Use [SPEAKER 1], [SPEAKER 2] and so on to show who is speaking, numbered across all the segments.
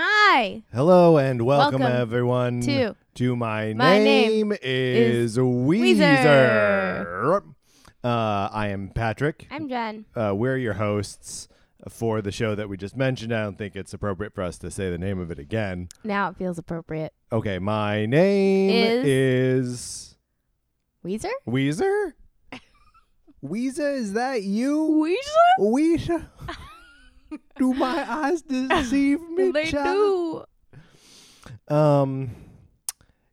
[SPEAKER 1] Hi.
[SPEAKER 2] Hello and welcome,
[SPEAKER 1] Welcome
[SPEAKER 2] everyone
[SPEAKER 1] to-
[SPEAKER 2] to my,
[SPEAKER 1] My
[SPEAKER 2] name,
[SPEAKER 1] Name
[SPEAKER 2] is,
[SPEAKER 1] Is Weezer.
[SPEAKER 2] Weezer. Uh, I am Patrick.
[SPEAKER 1] I'm Jen.
[SPEAKER 2] uh, we're your hosts for the show that we just mentioned. I don't think it's appropriate for us to say the name of it again.
[SPEAKER 1] Now it feels appropriate.
[SPEAKER 2] Okay, my name is,
[SPEAKER 1] Weezer?
[SPEAKER 2] Weezer. Weezer, is that you?
[SPEAKER 1] Weezer?
[SPEAKER 2] Weezer, do my eyes deceive me? child? Um,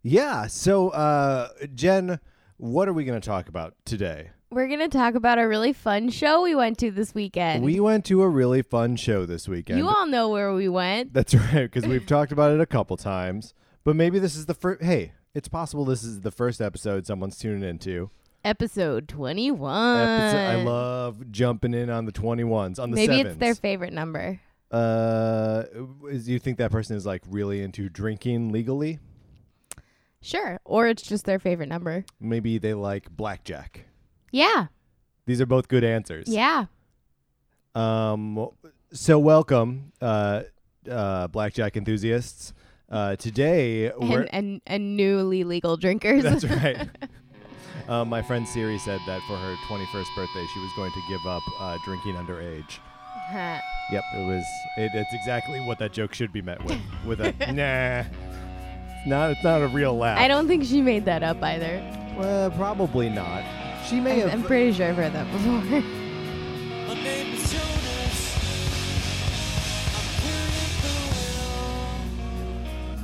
[SPEAKER 2] yeah. So, uh, Jen, what are we going to talk about today?
[SPEAKER 1] We're going to talk about a really fun show we went to this weekend.
[SPEAKER 2] We went to a really fun show this weekend.
[SPEAKER 1] you all know where we went.
[SPEAKER 2] That's right, because we've talked about it a couple times. But maybe this is the first. Hey, it's possible this is the first episode someone's tuning into.
[SPEAKER 1] Episode 21.
[SPEAKER 2] Episode, I love jumping in on the twenty ones on the
[SPEAKER 1] Maybe
[SPEAKER 2] sevens.
[SPEAKER 1] it's their favorite number.
[SPEAKER 2] uh, is- do you think that person is like really into drinking legally?
[SPEAKER 1] Sure. Or it's just their favorite number.
[SPEAKER 2] Maybe they like blackjack.
[SPEAKER 1] Yeah.
[SPEAKER 2] These are both good answers.
[SPEAKER 1] Yeah.
[SPEAKER 2] Um, so welcome, uh, uh, blackjack enthusiasts. Uh, today we're
[SPEAKER 1] And, and and newly legal drinkers.
[SPEAKER 2] that's right. Uh, my friend Siri said that for her 21st birthday, she was going to give up uh, drinking underage.
[SPEAKER 1] right.
[SPEAKER 2] Yep, it was. It, it's exactly what that joke should be met with. With a nah, it's not. It's not a real laugh.
[SPEAKER 1] I don't think she made that up either.
[SPEAKER 2] Uh, probably not. She may
[SPEAKER 1] I'm,
[SPEAKER 2] have.
[SPEAKER 1] I'm pretty sure I've heard that before.
[SPEAKER 3] My name is Jonas. I'm here at the wheel.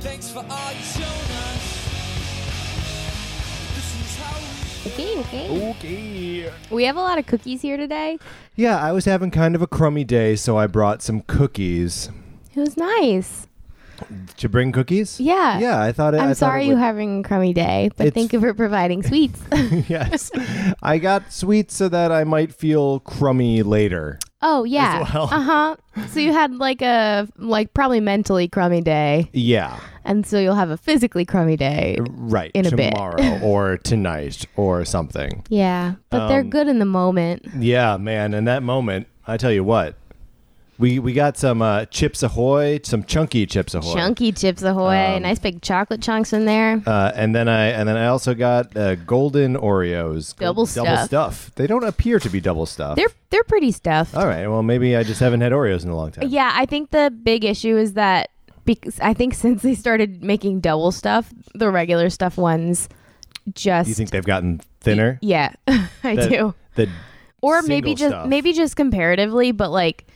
[SPEAKER 3] Thanks for all you shown us. This is how we
[SPEAKER 1] okay, okay.
[SPEAKER 2] okay.
[SPEAKER 1] We have a lot of cookies here today.
[SPEAKER 2] Yeah, I was having kind of a crummy day, so I brought some cookies.
[SPEAKER 1] It was nice.
[SPEAKER 2] To bring cookies?
[SPEAKER 1] Yeah.
[SPEAKER 2] Yeah, I thought it. I
[SPEAKER 1] I'm
[SPEAKER 2] thought
[SPEAKER 1] sorry
[SPEAKER 2] it
[SPEAKER 1] you're
[SPEAKER 2] would-
[SPEAKER 1] having a crummy day, but
[SPEAKER 2] It's-
[SPEAKER 1] thank you for providing sweets.
[SPEAKER 2] yes, I got sweets so that I might feel crummy later.
[SPEAKER 1] oh yeah.
[SPEAKER 2] well.
[SPEAKER 1] Uh huh. So you had like a like probably mentally crummy day,
[SPEAKER 2] Yeah,
[SPEAKER 1] and so you'll have a physically crummy day.
[SPEAKER 2] right.
[SPEAKER 1] In a bit.
[SPEAKER 2] tomorrow or tonight or something.
[SPEAKER 1] Yeah, but
[SPEAKER 2] Um,
[SPEAKER 1] they're good in the moment.
[SPEAKER 2] Yeah, man. In that moment, I tell you what, we we got some uh, chips ahoy, some chunky chips ahoy,
[SPEAKER 1] Chunky chips ahoy, nice big chocolate chunks in there.
[SPEAKER 2] Um, uh, and then I and then I also got uh, golden Oreos,
[SPEAKER 1] Double
[SPEAKER 2] double
[SPEAKER 1] stuff.
[SPEAKER 2] stuff. They don't appear to be double stuff.
[SPEAKER 1] they're they're pretty stuffed.
[SPEAKER 2] All right. Well, maybe I just haven't had Oreos in a long time.
[SPEAKER 1] Yeah, I think the big issue is that because I think since they started making double stuff, the regular stuff ones just
[SPEAKER 2] You think they've gotten thinner?
[SPEAKER 1] yeah, I
[SPEAKER 2] That-
[SPEAKER 1] do.
[SPEAKER 2] The
[SPEAKER 1] Or maybe
[SPEAKER 2] single
[SPEAKER 1] just
[SPEAKER 2] stuff.
[SPEAKER 1] maybe just comparatively, but like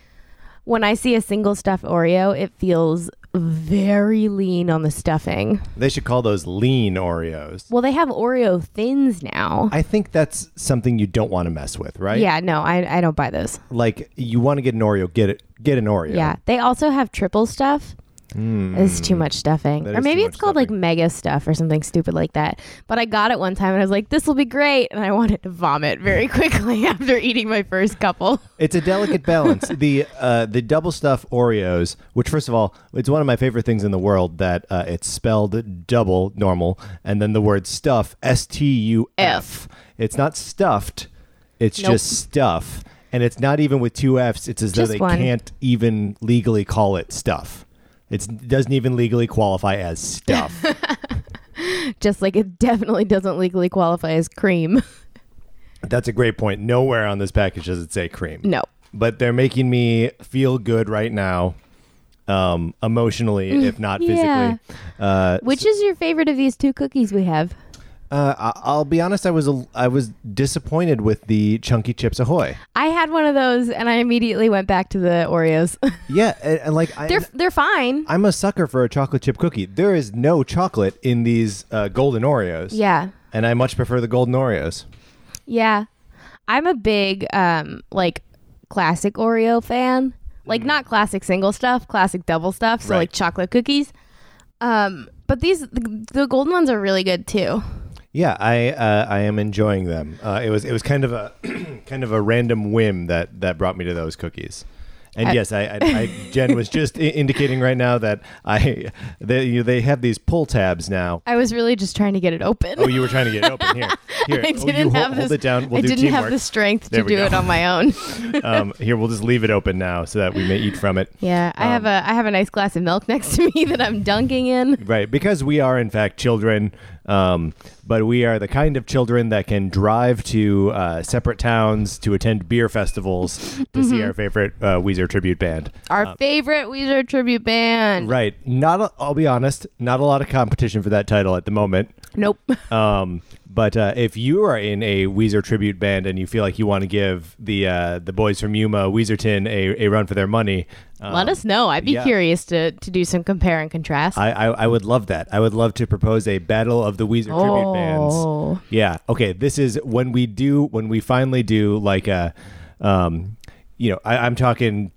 [SPEAKER 1] when I see a single stuff Oreo, it feels very lean on the stuffing.
[SPEAKER 2] they should call those lean Oreos.
[SPEAKER 1] Well, they have Oreo thins now.
[SPEAKER 2] I think that's something you don't want to mess with, right?
[SPEAKER 1] yeah, no, I, I don't buy those.
[SPEAKER 2] Like you want to get an Oreo, get it, get an Oreo.
[SPEAKER 1] Yeah. They also have triple stuff. It's too much stuffing.
[SPEAKER 2] Hmm. That
[SPEAKER 1] Or
[SPEAKER 2] is too
[SPEAKER 1] maybe
[SPEAKER 2] much
[SPEAKER 1] it's called
[SPEAKER 2] stuffing.
[SPEAKER 1] like mega stuff or something stupid like that. But I got it one time and I was like, this will be great. And I wanted to vomit very quickly after eating my first couple.
[SPEAKER 2] It's a delicate balance. the uh, the double stuff Oreos, which first of all, it's one of my favorite things in the world that uh, it's spelled double normal, and then the word stuff S T U F. It's not stuffed. It's
[SPEAKER 1] Nope.
[SPEAKER 2] just stuff, and it's not even with two F's. It's as though
[SPEAKER 1] Just
[SPEAKER 2] they
[SPEAKER 1] one.
[SPEAKER 2] can't even legally call it stuff. It's, it doesn't even legally qualify as stuff.
[SPEAKER 1] Just like it definitely doesn't legally qualify as cream.
[SPEAKER 2] That's a great point. Nowhere on this package does it say cream.
[SPEAKER 1] No.
[SPEAKER 2] but they're making me feel good right now um emotionally if not physically
[SPEAKER 1] Mm, yeah.
[SPEAKER 2] uh,
[SPEAKER 1] Which is your favorite of these two cookies we have?
[SPEAKER 2] uh I- i'll be honest i was a, i was disappointed with the chunky chips ahoy
[SPEAKER 1] I had one of those and I immediately went back to the Oreos.
[SPEAKER 2] yeah and, and like I,
[SPEAKER 1] they're they're fine.
[SPEAKER 2] i'm a sucker for a chocolate chip cookie there is no chocolate in these uh, golden oreos
[SPEAKER 1] Yeah.
[SPEAKER 2] and i much prefer the golden oreos
[SPEAKER 1] Yeah. I'm a big um like classic Oreo fan. Like not classic single stuff, classic double stuff, so
[SPEAKER 2] Mm-hmm. Right.
[SPEAKER 1] like chocolate cookies. Um but these the, the golden ones are really good too.
[SPEAKER 2] yeah i uh, i am enjoying them uh, it was it was kind of a kind of a random whim that that brought me to those cookies And yes, I, I, I Jen was just I- indicating right now that I they you they have these pull tabs now.
[SPEAKER 1] I was really just trying to get it open.
[SPEAKER 2] Oh, you were trying to get it open here. Here,
[SPEAKER 1] I
[SPEAKER 2] oh,
[SPEAKER 1] didn't
[SPEAKER 2] you hol-
[SPEAKER 1] have
[SPEAKER 2] hold,
[SPEAKER 1] this-
[SPEAKER 2] it down. We'll
[SPEAKER 1] I
[SPEAKER 2] do
[SPEAKER 1] didn't
[SPEAKER 2] teamwork.
[SPEAKER 1] have the strength
[SPEAKER 2] There
[SPEAKER 1] to
[SPEAKER 2] we
[SPEAKER 1] do
[SPEAKER 2] go.
[SPEAKER 1] it on my own.
[SPEAKER 2] um, here, we'll just leave it open now so that we may eat from it.
[SPEAKER 1] Yeah, I have a I have a nice glass of milk next to me that I'm dunking in.
[SPEAKER 2] Right, because we are in fact children, um, but we are the kind of children that can drive to uh, separate towns to attend beer festivals to see our favorite uh, Weezer tribute band.
[SPEAKER 1] Our favorite Weezer tribute band.
[SPEAKER 2] Um, Right, not a, I'll be honest, not a lot of competition for that title at the moment.
[SPEAKER 1] Nope.
[SPEAKER 2] Um, but uh, if you are in a Weezer tribute band and you feel like you want to give the uh, the boys from Yuma Weezerton a, a run for their money, um,
[SPEAKER 1] Let us know. I'd be
[SPEAKER 2] yeah.
[SPEAKER 1] curious to to do some compare and contrast.
[SPEAKER 2] I, I I would love that. I would love to propose a battle of the Weezer
[SPEAKER 1] Oh.
[SPEAKER 2] tribute bands. Yeah. Okay. This is when we do when we finally do like a, um, you know, I, I'm talking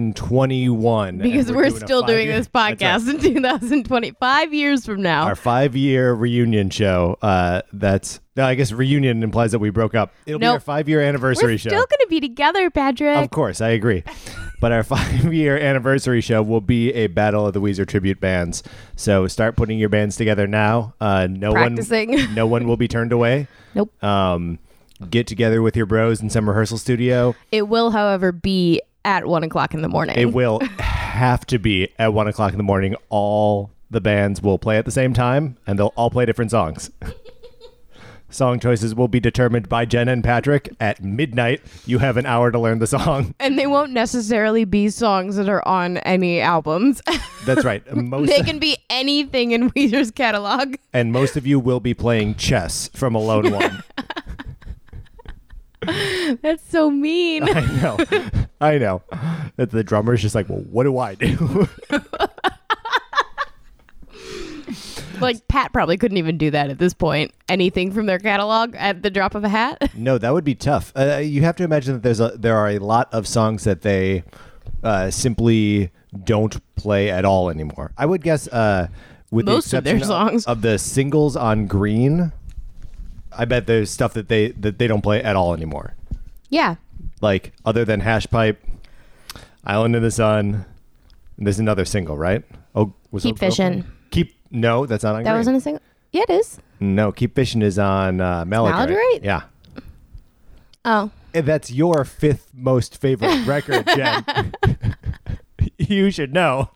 [SPEAKER 2] 2021 and
[SPEAKER 1] because we're,
[SPEAKER 2] a
[SPEAKER 1] still doing
[SPEAKER 2] five-year-
[SPEAKER 1] this
[SPEAKER 2] That's right.
[SPEAKER 1] podcast in 2025 years from now.
[SPEAKER 2] Our five-year reunion show. Uh, that's no, I guess reunion implies that we broke up. It'll be
[SPEAKER 1] Nope.
[SPEAKER 2] our five-year anniversary
[SPEAKER 1] we're
[SPEAKER 2] show. Um,
[SPEAKER 1] still going to be together,
[SPEAKER 2] Of
[SPEAKER 1] Patrick.
[SPEAKER 2] course, I agree. But our five year anniversary show will be a battle of the Weezer tribute bands. So start putting your bands together now. Uh, no one,
[SPEAKER 1] Practicing.
[SPEAKER 2] no one will be turned away.
[SPEAKER 1] Nope.
[SPEAKER 2] Um, get together with your bros in some rehearsal studio.
[SPEAKER 1] It will, however, be at one o'clock in the morning.
[SPEAKER 2] It will have to be at one o'clock in the morning. All the bands will play at the same time, and they'll all play different songs. Song choices will be determined by Jen and Patrick at midnight. You have an hour to learn the song.
[SPEAKER 1] and they won't necessarily be songs that are on any albums.
[SPEAKER 2] That's right. Most
[SPEAKER 1] they can be anything in Weezer's catalog.
[SPEAKER 2] and most of you will be playing chess from Alone One.
[SPEAKER 1] That's so mean.
[SPEAKER 2] I know, I know. That the drummer's just like, well, what do I do?
[SPEAKER 1] like Pat probably couldn't even do that at this point. Anything from their catalog at the drop of a hat.
[SPEAKER 2] no, that would be tough. Uh, you have to imagine that there's a there are a lot of songs that they uh, simply don't play at all anymore. I would guess, uh, with
[SPEAKER 1] Most
[SPEAKER 2] the
[SPEAKER 1] of their
[SPEAKER 2] exception
[SPEAKER 1] songs.
[SPEAKER 2] of the singles on Green, I bet there's stuff that they that they don't play at all anymore.
[SPEAKER 1] Yeah.
[SPEAKER 2] Like other than Hash Pipe, Island in the Sun. And there's another single, right? Oh, was
[SPEAKER 1] Keep
[SPEAKER 2] Oak Grove
[SPEAKER 1] Fishin'.
[SPEAKER 2] one? Keep no, that's not on.
[SPEAKER 1] That
[SPEAKER 2] Green.
[SPEAKER 1] wasn't a single. Yeah, it is.
[SPEAKER 2] No, keep fishing is on uh, Melody.
[SPEAKER 1] Melody, right?
[SPEAKER 2] Yeah.
[SPEAKER 1] Oh.
[SPEAKER 2] And that's your fifth most favorite record, Jen. you should know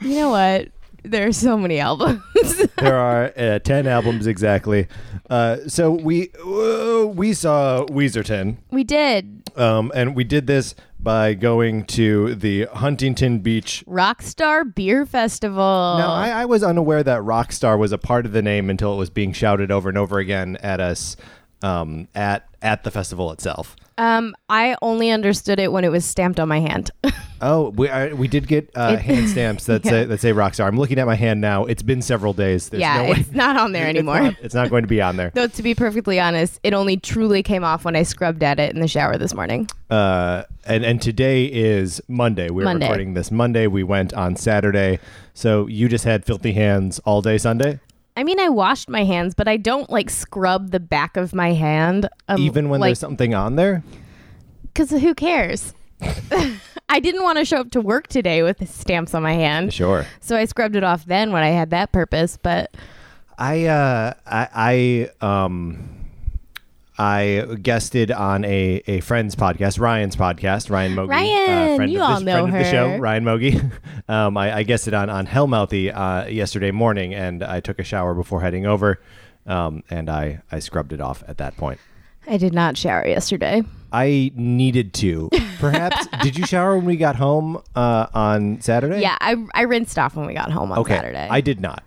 [SPEAKER 1] You know what? There are so many albums.
[SPEAKER 2] there are uh, ten albums exactly. Uh, so we uh, we saw Weezerton,
[SPEAKER 1] we did
[SPEAKER 2] um, and we did this by going to the Huntington Beach
[SPEAKER 1] Rockstar Beer Festival.
[SPEAKER 2] Now, I, I was unaware that Rockstar was a part of the name until it was being shouted over and over again at us um, at at the festival itself.
[SPEAKER 1] um, I only understood it when it was stamped on my hand.
[SPEAKER 2] Oh, we I, we did get uh,
[SPEAKER 1] It-
[SPEAKER 2] hand stamps that say that say Rockstar. I'm looking at my hand now. It's been several days. There's
[SPEAKER 1] yeah,
[SPEAKER 2] no way.
[SPEAKER 1] it's not on there anymore.
[SPEAKER 2] It's not, it's not going to be on there.
[SPEAKER 1] Though to be perfectly honest, it only truly came off when I scrubbed at it in the shower this morning.
[SPEAKER 2] Uh, and and today is Monday. We're
[SPEAKER 1] Monday.
[SPEAKER 2] recording this Monday. We went on Saturday, so you just had filthy hands all day Sunday.
[SPEAKER 1] I mean, I washed my hands, but I don't like scrub the back of my hand. Um,
[SPEAKER 2] Even when
[SPEAKER 1] like,
[SPEAKER 2] there's something on there.
[SPEAKER 1] because who cares? I didn't want to show up to work today with stamps on my hand,
[SPEAKER 2] Sure.
[SPEAKER 1] so I scrubbed it off then when I had that purpose. But
[SPEAKER 2] I uh I, I um I guested on a a friend's podcast, Ryan's podcast, Ryan Mogi. uh,
[SPEAKER 1] Ryan,
[SPEAKER 2] friend
[SPEAKER 1] you
[SPEAKER 2] of
[SPEAKER 1] all
[SPEAKER 2] this,
[SPEAKER 1] know
[SPEAKER 2] friend of the show,
[SPEAKER 1] her.
[SPEAKER 2] Ryan Mogi. um, I, I guested on on Hellmouthy uh, yesterday morning, and I took a shower before heading over, um, and I I scrubbed it off at that point.
[SPEAKER 1] I did not shower yesterday.
[SPEAKER 2] I needed to. Perhaps did you shower when we got home uh, on Saturday?
[SPEAKER 1] Yeah, I, I rinsed off when we got home on
[SPEAKER 2] Okay.
[SPEAKER 1] Saturday.
[SPEAKER 2] I did not.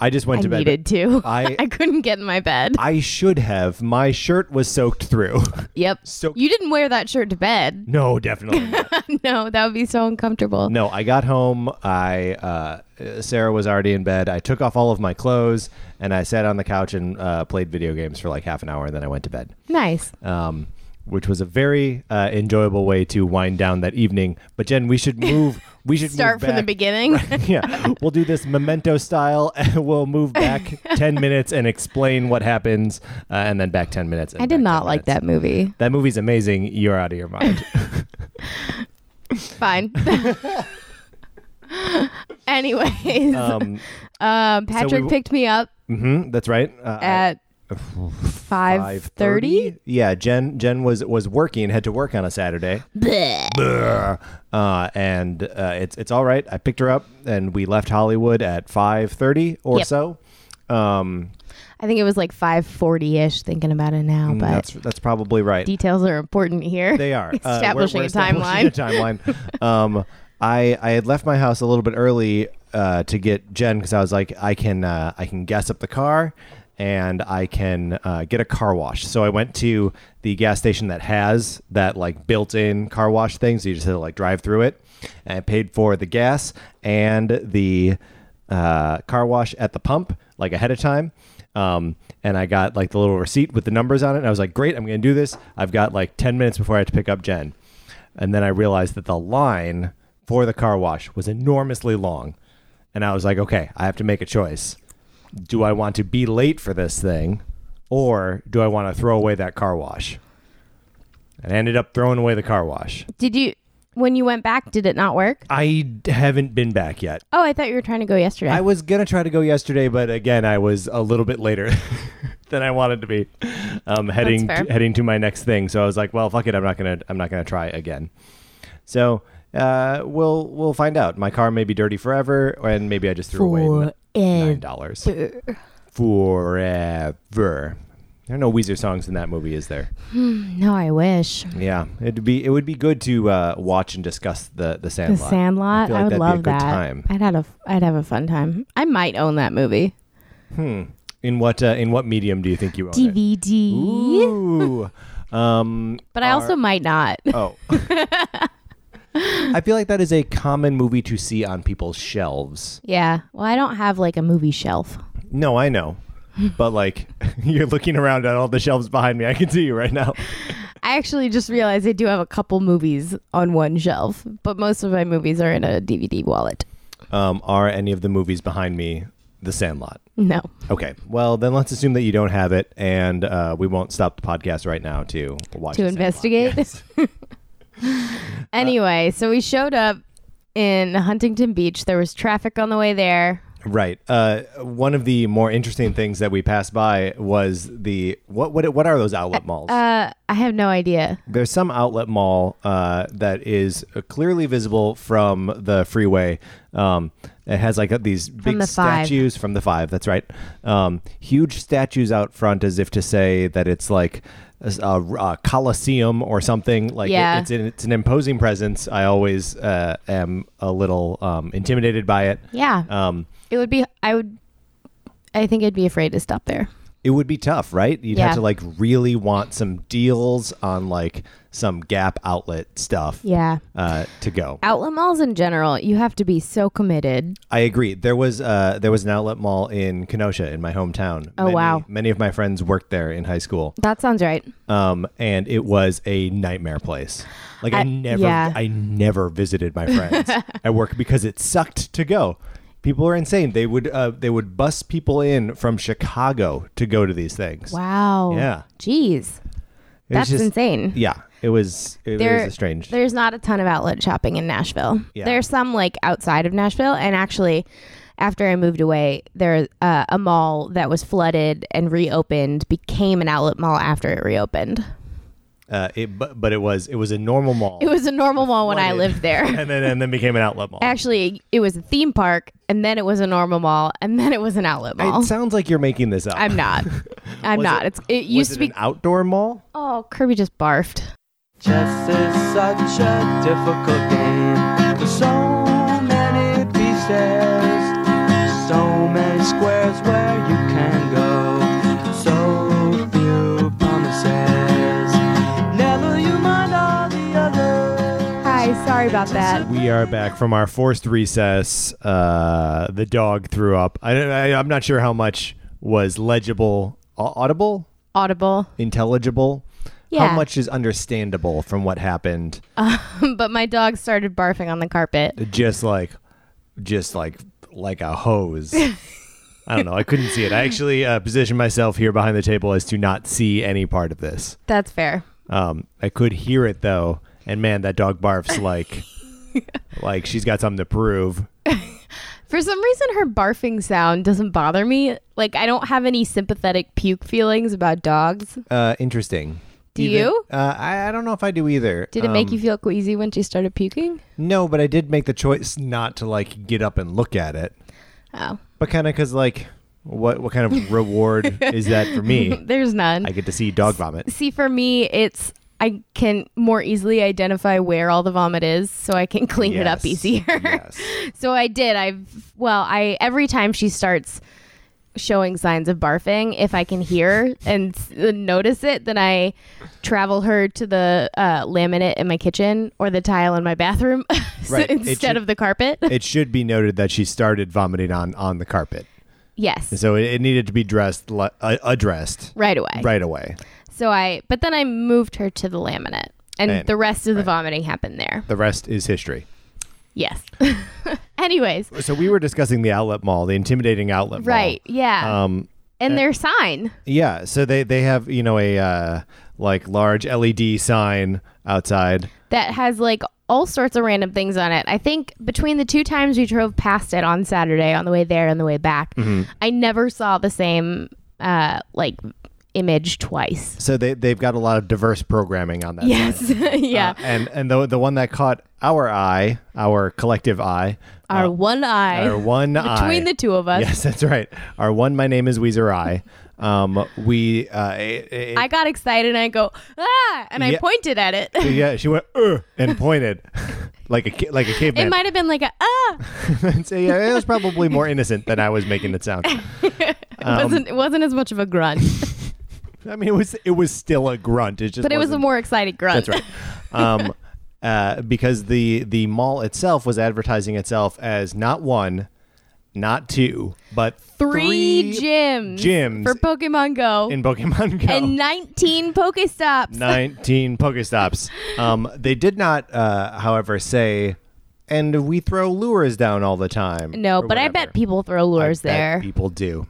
[SPEAKER 2] I just went
[SPEAKER 1] I
[SPEAKER 2] to bed.
[SPEAKER 1] needed to.
[SPEAKER 2] I-
[SPEAKER 1] I, couldn't get in my bed.
[SPEAKER 2] I should have. My shirt was soaked through.
[SPEAKER 1] yep.
[SPEAKER 2] So-
[SPEAKER 1] you didn't wear that shirt to bed.
[SPEAKER 2] No, definitely not.
[SPEAKER 1] no, that would be so uncomfortable.
[SPEAKER 2] no, I got home. I uh, Sarah was already in bed. I took off all of my clothes and I sat on the couch and uh, played video games for like half an hour, and then I went to bed,
[SPEAKER 1] Nice.
[SPEAKER 2] um, which was a very uh, enjoyable way to wind down that evening. But Jen, we should move. We should
[SPEAKER 1] Start
[SPEAKER 2] move
[SPEAKER 1] from the
[SPEAKER 2] back-
[SPEAKER 1] beginning.
[SPEAKER 2] yeah, we'll do this memento style. And we'll move back ten minutes and explain what happens, uh, and then back ten minutes. and
[SPEAKER 1] I did
[SPEAKER 2] back
[SPEAKER 1] not
[SPEAKER 2] 10
[SPEAKER 1] like
[SPEAKER 2] minutes.
[SPEAKER 1] that movie.
[SPEAKER 2] That movie's amazing. You're out of your mind.
[SPEAKER 1] Fine. Anyways, um,
[SPEAKER 2] Um,
[SPEAKER 1] Patrick
[SPEAKER 2] w-
[SPEAKER 1] picked me up
[SPEAKER 2] mhm, that's right. Uh, I-
[SPEAKER 1] at five thirty.
[SPEAKER 2] Yeah, Jen Jen was was working, had to work on a Saturday. Bleh. Uh, and uh, it's it's all right. I picked her up, and we left Hollywood at five thirty or
[SPEAKER 1] Yep.
[SPEAKER 2] so. Um,
[SPEAKER 1] I think it was like five forty ish. Thinking about it now, but
[SPEAKER 2] Mm, that's that's probably right.
[SPEAKER 1] details are important here.
[SPEAKER 2] They are Uh, we're-
[SPEAKER 1] establishing
[SPEAKER 2] we're
[SPEAKER 1] a
[SPEAKER 2] establishing
[SPEAKER 1] timeline.
[SPEAKER 2] a timeline. um, I I had left my house a little bit early uh, to get Jen because I was like, I can uh, I can gas up the car and I can uh, get a car wash. So I went to the gas station that has that like built-in car wash thing. So you just have to like drive through it. And I paid for the gas and the uh, car wash at the pump like ahead of time. Um, and I got like the little receipt with the numbers on it. And I was like, great, I'm going to do this. I've got like 10 minutes before I have to pick up Jen. And then I realized that the line for the car wash was enormously long. And I was like, okay, I have to make a choice. Do I want to be late for this thing or do I want to throw away that car wash? And I ended up throwing away the car wash.
[SPEAKER 1] Did you when you went back? Did it not work?
[SPEAKER 2] I haven't been back yet.
[SPEAKER 1] Oh, I thought you were trying to go yesterday.
[SPEAKER 2] I was gonna try to go yesterday, but again, I was a little bit later than I wanted to be. Um, heading
[SPEAKER 1] fair.
[SPEAKER 2] to, heading to my next thing, so I was like, "Well, fuck it, I'm not gonna I'm not gonna try again." So uh, we'll we'll find out. My car may be dirty forever, and maybe I just threw away
[SPEAKER 1] Eh,
[SPEAKER 2] nine dollars forever. There are no Weezer songs in that movie, is there?
[SPEAKER 1] no, I wish.
[SPEAKER 2] Yeah, it'd be it would be good to uh, watch and discuss the the
[SPEAKER 1] The
[SPEAKER 2] Sandlot.
[SPEAKER 1] Sandlot.
[SPEAKER 2] feel
[SPEAKER 1] I,
[SPEAKER 2] like
[SPEAKER 1] would
[SPEAKER 2] that'd be a
[SPEAKER 1] love
[SPEAKER 2] good
[SPEAKER 1] that.
[SPEAKER 2] time.
[SPEAKER 1] I'd have a I'd have a fun time. I might own that movie.
[SPEAKER 2] In what uh, in what medium do you think you own it?
[SPEAKER 1] DVD.
[SPEAKER 2] Ooh. um,
[SPEAKER 1] But I also might not.
[SPEAKER 2] Oh. I feel like that is a common movie to see on people's shelves.
[SPEAKER 1] yeah. Well, I don't have like a movie shelf.
[SPEAKER 2] No, I know. But like you're looking around at all the shelves behind me. I can see you right now.
[SPEAKER 1] I actually just realized I do have a couple movies on one shelf, but most of my movies are in a DVD wallet.
[SPEAKER 2] Um, are any of the movies behind me The Sandlot?
[SPEAKER 1] No.
[SPEAKER 2] Okay. Well, then let's assume that you don't have it and uh, we won't stop the podcast right now to watch
[SPEAKER 1] to
[SPEAKER 2] The Sandlot.
[SPEAKER 1] investigate. anyway, so we showed up in Huntington Beach. There was traffic on the way there.
[SPEAKER 2] Right. Uh, one of the more interesting things that we passed by was the what what what are those outlet malls?
[SPEAKER 1] Uh, I have no idea.
[SPEAKER 2] There's some outlet mall uh, that is uh, clearly visible from the freeway. Um, it has like these big
[SPEAKER 1] the five.
[SPEAKER 2] statues from the five. That's right. Um, huge statues out front, as if to say that it's like a, a- a coliseum or something. Like it-
[SPEAKER 1] Yeah.
[SPEAKER 2] it's an, it's an imposing presence. I always uh, am a little um, intimidated by it.
[SPEAKER 1] Yeah,
[SPEAKER 2] Um,
[SPEAKER 1] it would be. I would. I think I'd be afraid to stop there.
[SPEAKER 2] it would be tough, right? You'd
[SPEAKER 1] Yeah.
[SPEAKER 2] have to like really want some deals on like some Gap outlet stuff.
[SPEAKER 1] Yeah,
[SPEAKER 2] Uh, to go.
[SPEAKER 1] outlet malls in general, you have to be so committed.
[SPEAKER 2] I agree. There was uh, there was an outlet mall in Kenosha in my hometown.
[SPEAKER 1] Oh,
[SPEAKER 2] Many-
[SPEAKER 1] wow.
[SPEAKER 2] Many of my friends worked there in high school,
[SPEAKER 1] That sounds right.
[SPEAKER 2] um, and it was a nightmare place. Like I,
[SPEAKER 1] I-
[SPEAKER 2] never,
[SPEAKER 1] yeah.
[SPEAKER 2] I never visited my friends at work because it sucked to go. People are insane. They would uh, they would bus people in from Chicago to go to these things.
[SPEAKER 1] Wow.
[SPEAKER 2] Yeah.
[SPEAKER 1] Jeez,
[SPEAKER 2] It was
[SPEAKER 1] that's insane.
[SPEAKER 2] Yeah, it was it was a strange.
[SPEAKER 1] There's not a ton of outlet shopping in Nashville.
[SPEAKER 2] Yeah.
[SPEAKER 1] There's some like outside of Nashville, and actually, after I moved away, there uh, a mall that was flooded and reopened became an outlet mall after it reopened.
[SPEAKER 2] Uh, it, but, but it was it was a normal mall.
[SPEAKER 1] It was a normal mall when I
[SPEAKER 2] Flooded.
[SPEAKER 1] lived there.
[SPEAKER 2] and then and then became an outlet mall.
[SPEAKER 1] actually, it was a theme park, and then it was a normal mall, and then it was an outlet mall.
[SPEAKER 2] It sounds like you're making this up.
[SPEAKER 1] I'm not. I'm
[SPEAKER 2] Was
[SPEAKER 1] not.
[SPEAKER 2] it-
[SPEAKER 1] it's it used to be.
[SPEAKER 2] outdoor mall.
[SPEAKER 1] oh, Kirby just barfed.
[SPEAKER 4] Chess is such a difficult game. There's so many pieces, so many squares where you can go, so few promises. Never you mind all the others.
[SPEAKER 1] Hi, sorry about that.
[SPEAKER 2] We are back from our forced recess. Uh, the dog threw up. I, I, I'm not sure how much was legible, au- audible,
[SPEAKER 1] Audible,
[SPEAKER 2] intelligible.
[SPEAKER 1] Yeah.
[SPEAKER 2] How much is understandable from what happened?
[SPEAKER 1] but my dog started barfing on the carpet.
[SPEAKER 2] Just like, just like, like a hose. I don't know. I couldn't see it. I actually uh, positioned myself here behind the table as to not see any part of this.
[SPEAKER 1] That's fair.
[SPEAKER 2] Um, I could hear it though, and man, that dog barfs like like she's got something to prove.
[SPEAKER 1] For some reason, her barfing sound doesn't bother me. Like, I don't have any sympathetic puke feelings about dogs.
[SPEAKER 2] Uh, interesting.
[SPEAKER 1] Do you?
[SPEAKER 2] Uh, I, I don't know if I do either.
[SPEAKER 1] Did it make
[SPEAKER 2] Um,
[SPEAKER 1] you feel queasy when she started puking?
[SPEAKER 2] No, but I did make the choice not to like get up and look at it.
[SPEAKER 1] Oh,
[SPEAKER 2] But kind of because like, what what kind of reward is that for me?
[SPEAKER 1] there's none.
[SPEAKER 2] I get to see dog vomit.
[SPEAKER 1] See, for me, it's I can more easily identify where all the vomit is, so I can clean it up
[SPEAKER 2] Yes.
[SPEAKER 1] easier.
[SPEAKER 2] Yes.
[SPEAKER 1] so I did. I well, I every time she starts showing signs of barfing, if I can hear and s- notice it, then I travel her to the uh, laminate in my kitchen or the tile in my bathroom so-
[SPEAKER 2] Right. It
[SPEAKER 1] instead
[SPEAKER 2] should-
[SPEAKER 1] of the carpet.
[SPEAKER 2] It should be noted that she started vomiting on on the carpet,
[SPEAKER 1] yes,
[SPEAKER 2] so it, it needed to be dressed li- uh, addressed
[SPEAKER 1] right away.
[SPEAKER 2] right away.
[SPEAKER 1] So I, but then I moved her to the laminate, and,
[SPEAKER 2] And-
[SPEAKER 1] the rest of the vomiting happened there.
[SPEAKER 2] The rest is history.
[SPEAKER 1] Yes. Anyways,
[SPEAKER 2] So we were discussing the outlet mall, the intimidating outlet mall.
[SPEAKER 1] right? Yeah.
[SPEAKER 2] Um,
[SPEAKER 1] and their sign.
[SPEAKER 2] yeah. So they they have you know a uh, like large LED sign outside.
[SPEAKER 1] that has like all sorts of random things on it. I think between the two times we drove past it on Saturday on the way there and the way back,
[SPEAKER 2] Mm-hmm.
[SPEAKER 1] I never saw the same uh like image twice.
[SPEAKER 2] So they they've got a lot of diverse programming on that. sign.
[SPEAKER 1] Yes. yeah.
[SPEAKER 2] Uh, and and the the one that caught our eye, our collective eye,
[SPEAKER 1] our
[SPEAKER 2] uh,
[SPEAKER 1] one eye.
[SPEAKER 2] our one eye
[SPEAKER 1] between the two of us.
[SPEAKER 2] Yes, that's right. Our one. My name is Weezer. I. Um, we. Uh, it, it-
[SPEAKER 1] I got excited and I go, "Ah!" and I
[SPEAKER 2] Yeah.
[SPEAKER 1] pointed at it.
[SPEAKER 2] yeah, she went "Uh," and pointed like a ca- like a
[SPEAKER 1] It
[SPEAKER 2] caveman.
[SPEAKER 1] might have been like a ah.
[SPEAKER 2] so yeah, it was probably more innocent than I was making it sound.
[SPEAKER 1] It
[SPEAKER 2] Um,
[SPEAKER 1] wasn't it wasn't as much of a grunt,
[SPEAKER 2] I mean, it was it was still a grunt. It just
[SPEAKER 1] but it was a
[SPEAKER 2] wasn't-
[SPEAKER 1] more excited grunt.
[SPEAKER 2] That's right. Um, uh, because the the mall itself was advertising itself as not one, not two, but
[SPEAKER 1] Three, gyms,
[SPEAKER 2] gyms
[SPEAKER 1] for Pokemon Go
[SPEAKER 2] in Pokemon Go.
[SPEAKER 1] and 19 Pokestops.
[SPEAKER 2] 19 Pokestops. Um, they did not, uh, however, say, and we throw lures down all the time.
[SPEAKER 1] No,
[SPEAKER 2] or
[SPEAKER 1] but I
[SPEAKER 2] whatever.
[SPEAKER 1] bet people throw
[SPEAKER 2] I
[SPEAKER 1] lures
[SPEAKER 2] bet
[SPEAKER 1] there.
[SPEAKER 2] People do.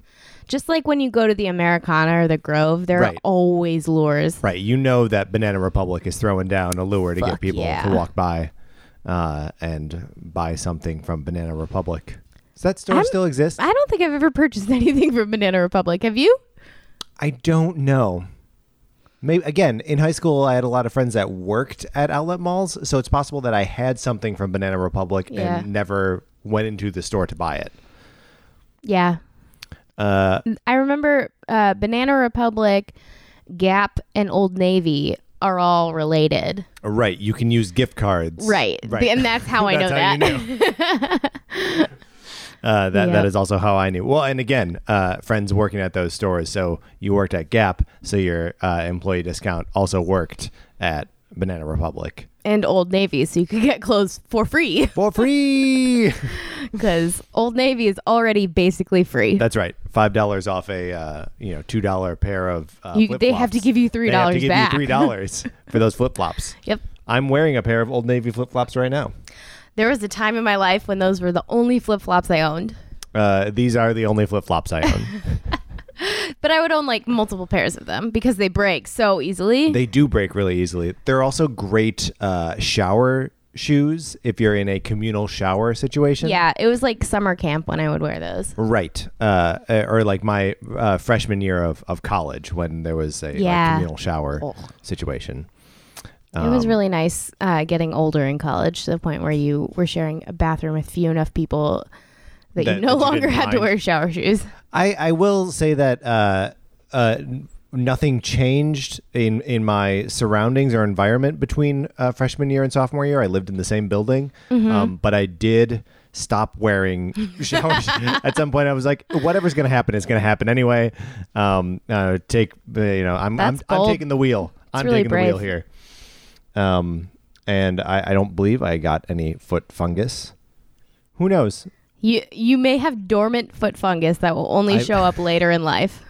[SPEAKER 1] Just like when you go to the Americana or the Grove, there
[SPEAKER 2] Right.
[SPEAKER 1] are always lures.
[SPEAKER 2] Right. You know that Banana Republic is throwing down a lure to
[SPEAKER 1] Fuck
[SPEAKER 2] get people
[SPEAKER 1] yeah.
[SPEAKER 2] to walk by uh, and buy something from Banana Republic. Does that store
[SPEAKER 1] I'm-
[SPEAKER 2] still exist?
[SPEAKER 1] I don't think I've ever purchased anything from Banana Republic. Have you?
[SPEAKER 2] I don't know. Maybe again, in high school I had a lot of friends that worked at outlet malls, so it's possible that I had something from Banana Republic
[SPEAKER 1] Yeah.
[SPEAKER 2] and never went into the store to buy it.
[SPEAKER 1] Yeah.
[SPEAKER 2] Uh,
[SPEAKER 1] I remember uh, Banana Republic, Gap, and Old Navy are all related.
[SPEAKER 2] right, you can use gift cards.
[SPEAKER 1] Right. And that's how I know that.
[SPEAKER 2] That's how you knew. Uh, that,
[SPEAKER 1] Yep.
[SPEAKER 2] that is also how I knew. Well, and again, uh, friends working at those stores. So you worked at Gap, so your uh, employee discount also worked at Banana Republic
[SPEAKER 1] and Old Navy, so you could get clothes for free
[SPEAKER 2] for free.
[SPEAKER 1] because Old Navy is already basically free.
[SPEAKER 2] That's right. Five dollars off a uh, you know two dollar pair of. Uh,
[SPEAKER 1] You- they have
[SPEAKER 2] flip-flops.
[SPEAKER 1] to give you $3
[SPEAKER 2] They have to give
[SPEAKER 1] back.
[SPEAKER 2] you three dollars for those flip flops.
[SPEAKER 1] yep.
[SPEAKER 2] I'm wearing a pair of Old Navy flip flops right now.
[SPEAKER 1] There was a time in my life when those were the only flip flops I owned.
[SPEAKER 2] Uh, these are the only flip flops I own.
[SPEAKER 1] But I would own like multiple pairs of them because they break so easily.
[SPEAKER 2] they do break really easily. They're also great uh, shower shoes if you're in a communal shower situation.
[SPEAKER 1] yeah, it was like summer camp when I would wear those.
[SPEAKER 2] Right. Uh, or like my uh, freshman year of, of college when there was a like,
[SPEAKER 1] Yeah.
[SPEAKER 2] communal shower
[SPEAKER 1] Oh.
[SPEAKER 2] situation.
[SPEAKER 1] it
[SPEAKER 2] Um,
[SPEAKER 1] was really nice uh, getting older in college to the point where you were sharing a bathroom with few enough people that,
[SPEAKER 2] That-
[SPEAKER 1] you no
[SPEAKER 2] that you
[SPEAKER 1] longer
[SPEAKER 2] didn't
[SPEAKER 1] had to
[SPEAKER 2] mind.
[SPEAKER 1] wear shower shoes.
[SPEAKER 2] I, I will say that uh, uh, n- nothing changed in, in my surroundings or environment between uh, freshman year and sophomore year. I lived in the same building,
[SPEAKER 1] Mm-hmm.
[SPEAKER 2] um, but I did stop wearing showers. At some point, I was like, whatever's going to happen is going to happen anyway. Um, uh, take, uh, you know, I'm, I'm,
[SPEAKER 1] That's
[SPEAKER 2] I'm
[SPEAKER 1] bold.
[SPEAKER 2] taking the wheel. I'm
[SPEAKER 1] really
[SPEAKER 2] taking the wheel
[SPEAKER 1] brave.
[SPEAKER 2] here. Um, and I, I don't believe I got any foot fungus. Who knows?
[SPEAKER 1] You you may have dormant foot fungus that will only
[SPEAKER 2] I-
[SPEAKER 1] show up later in life,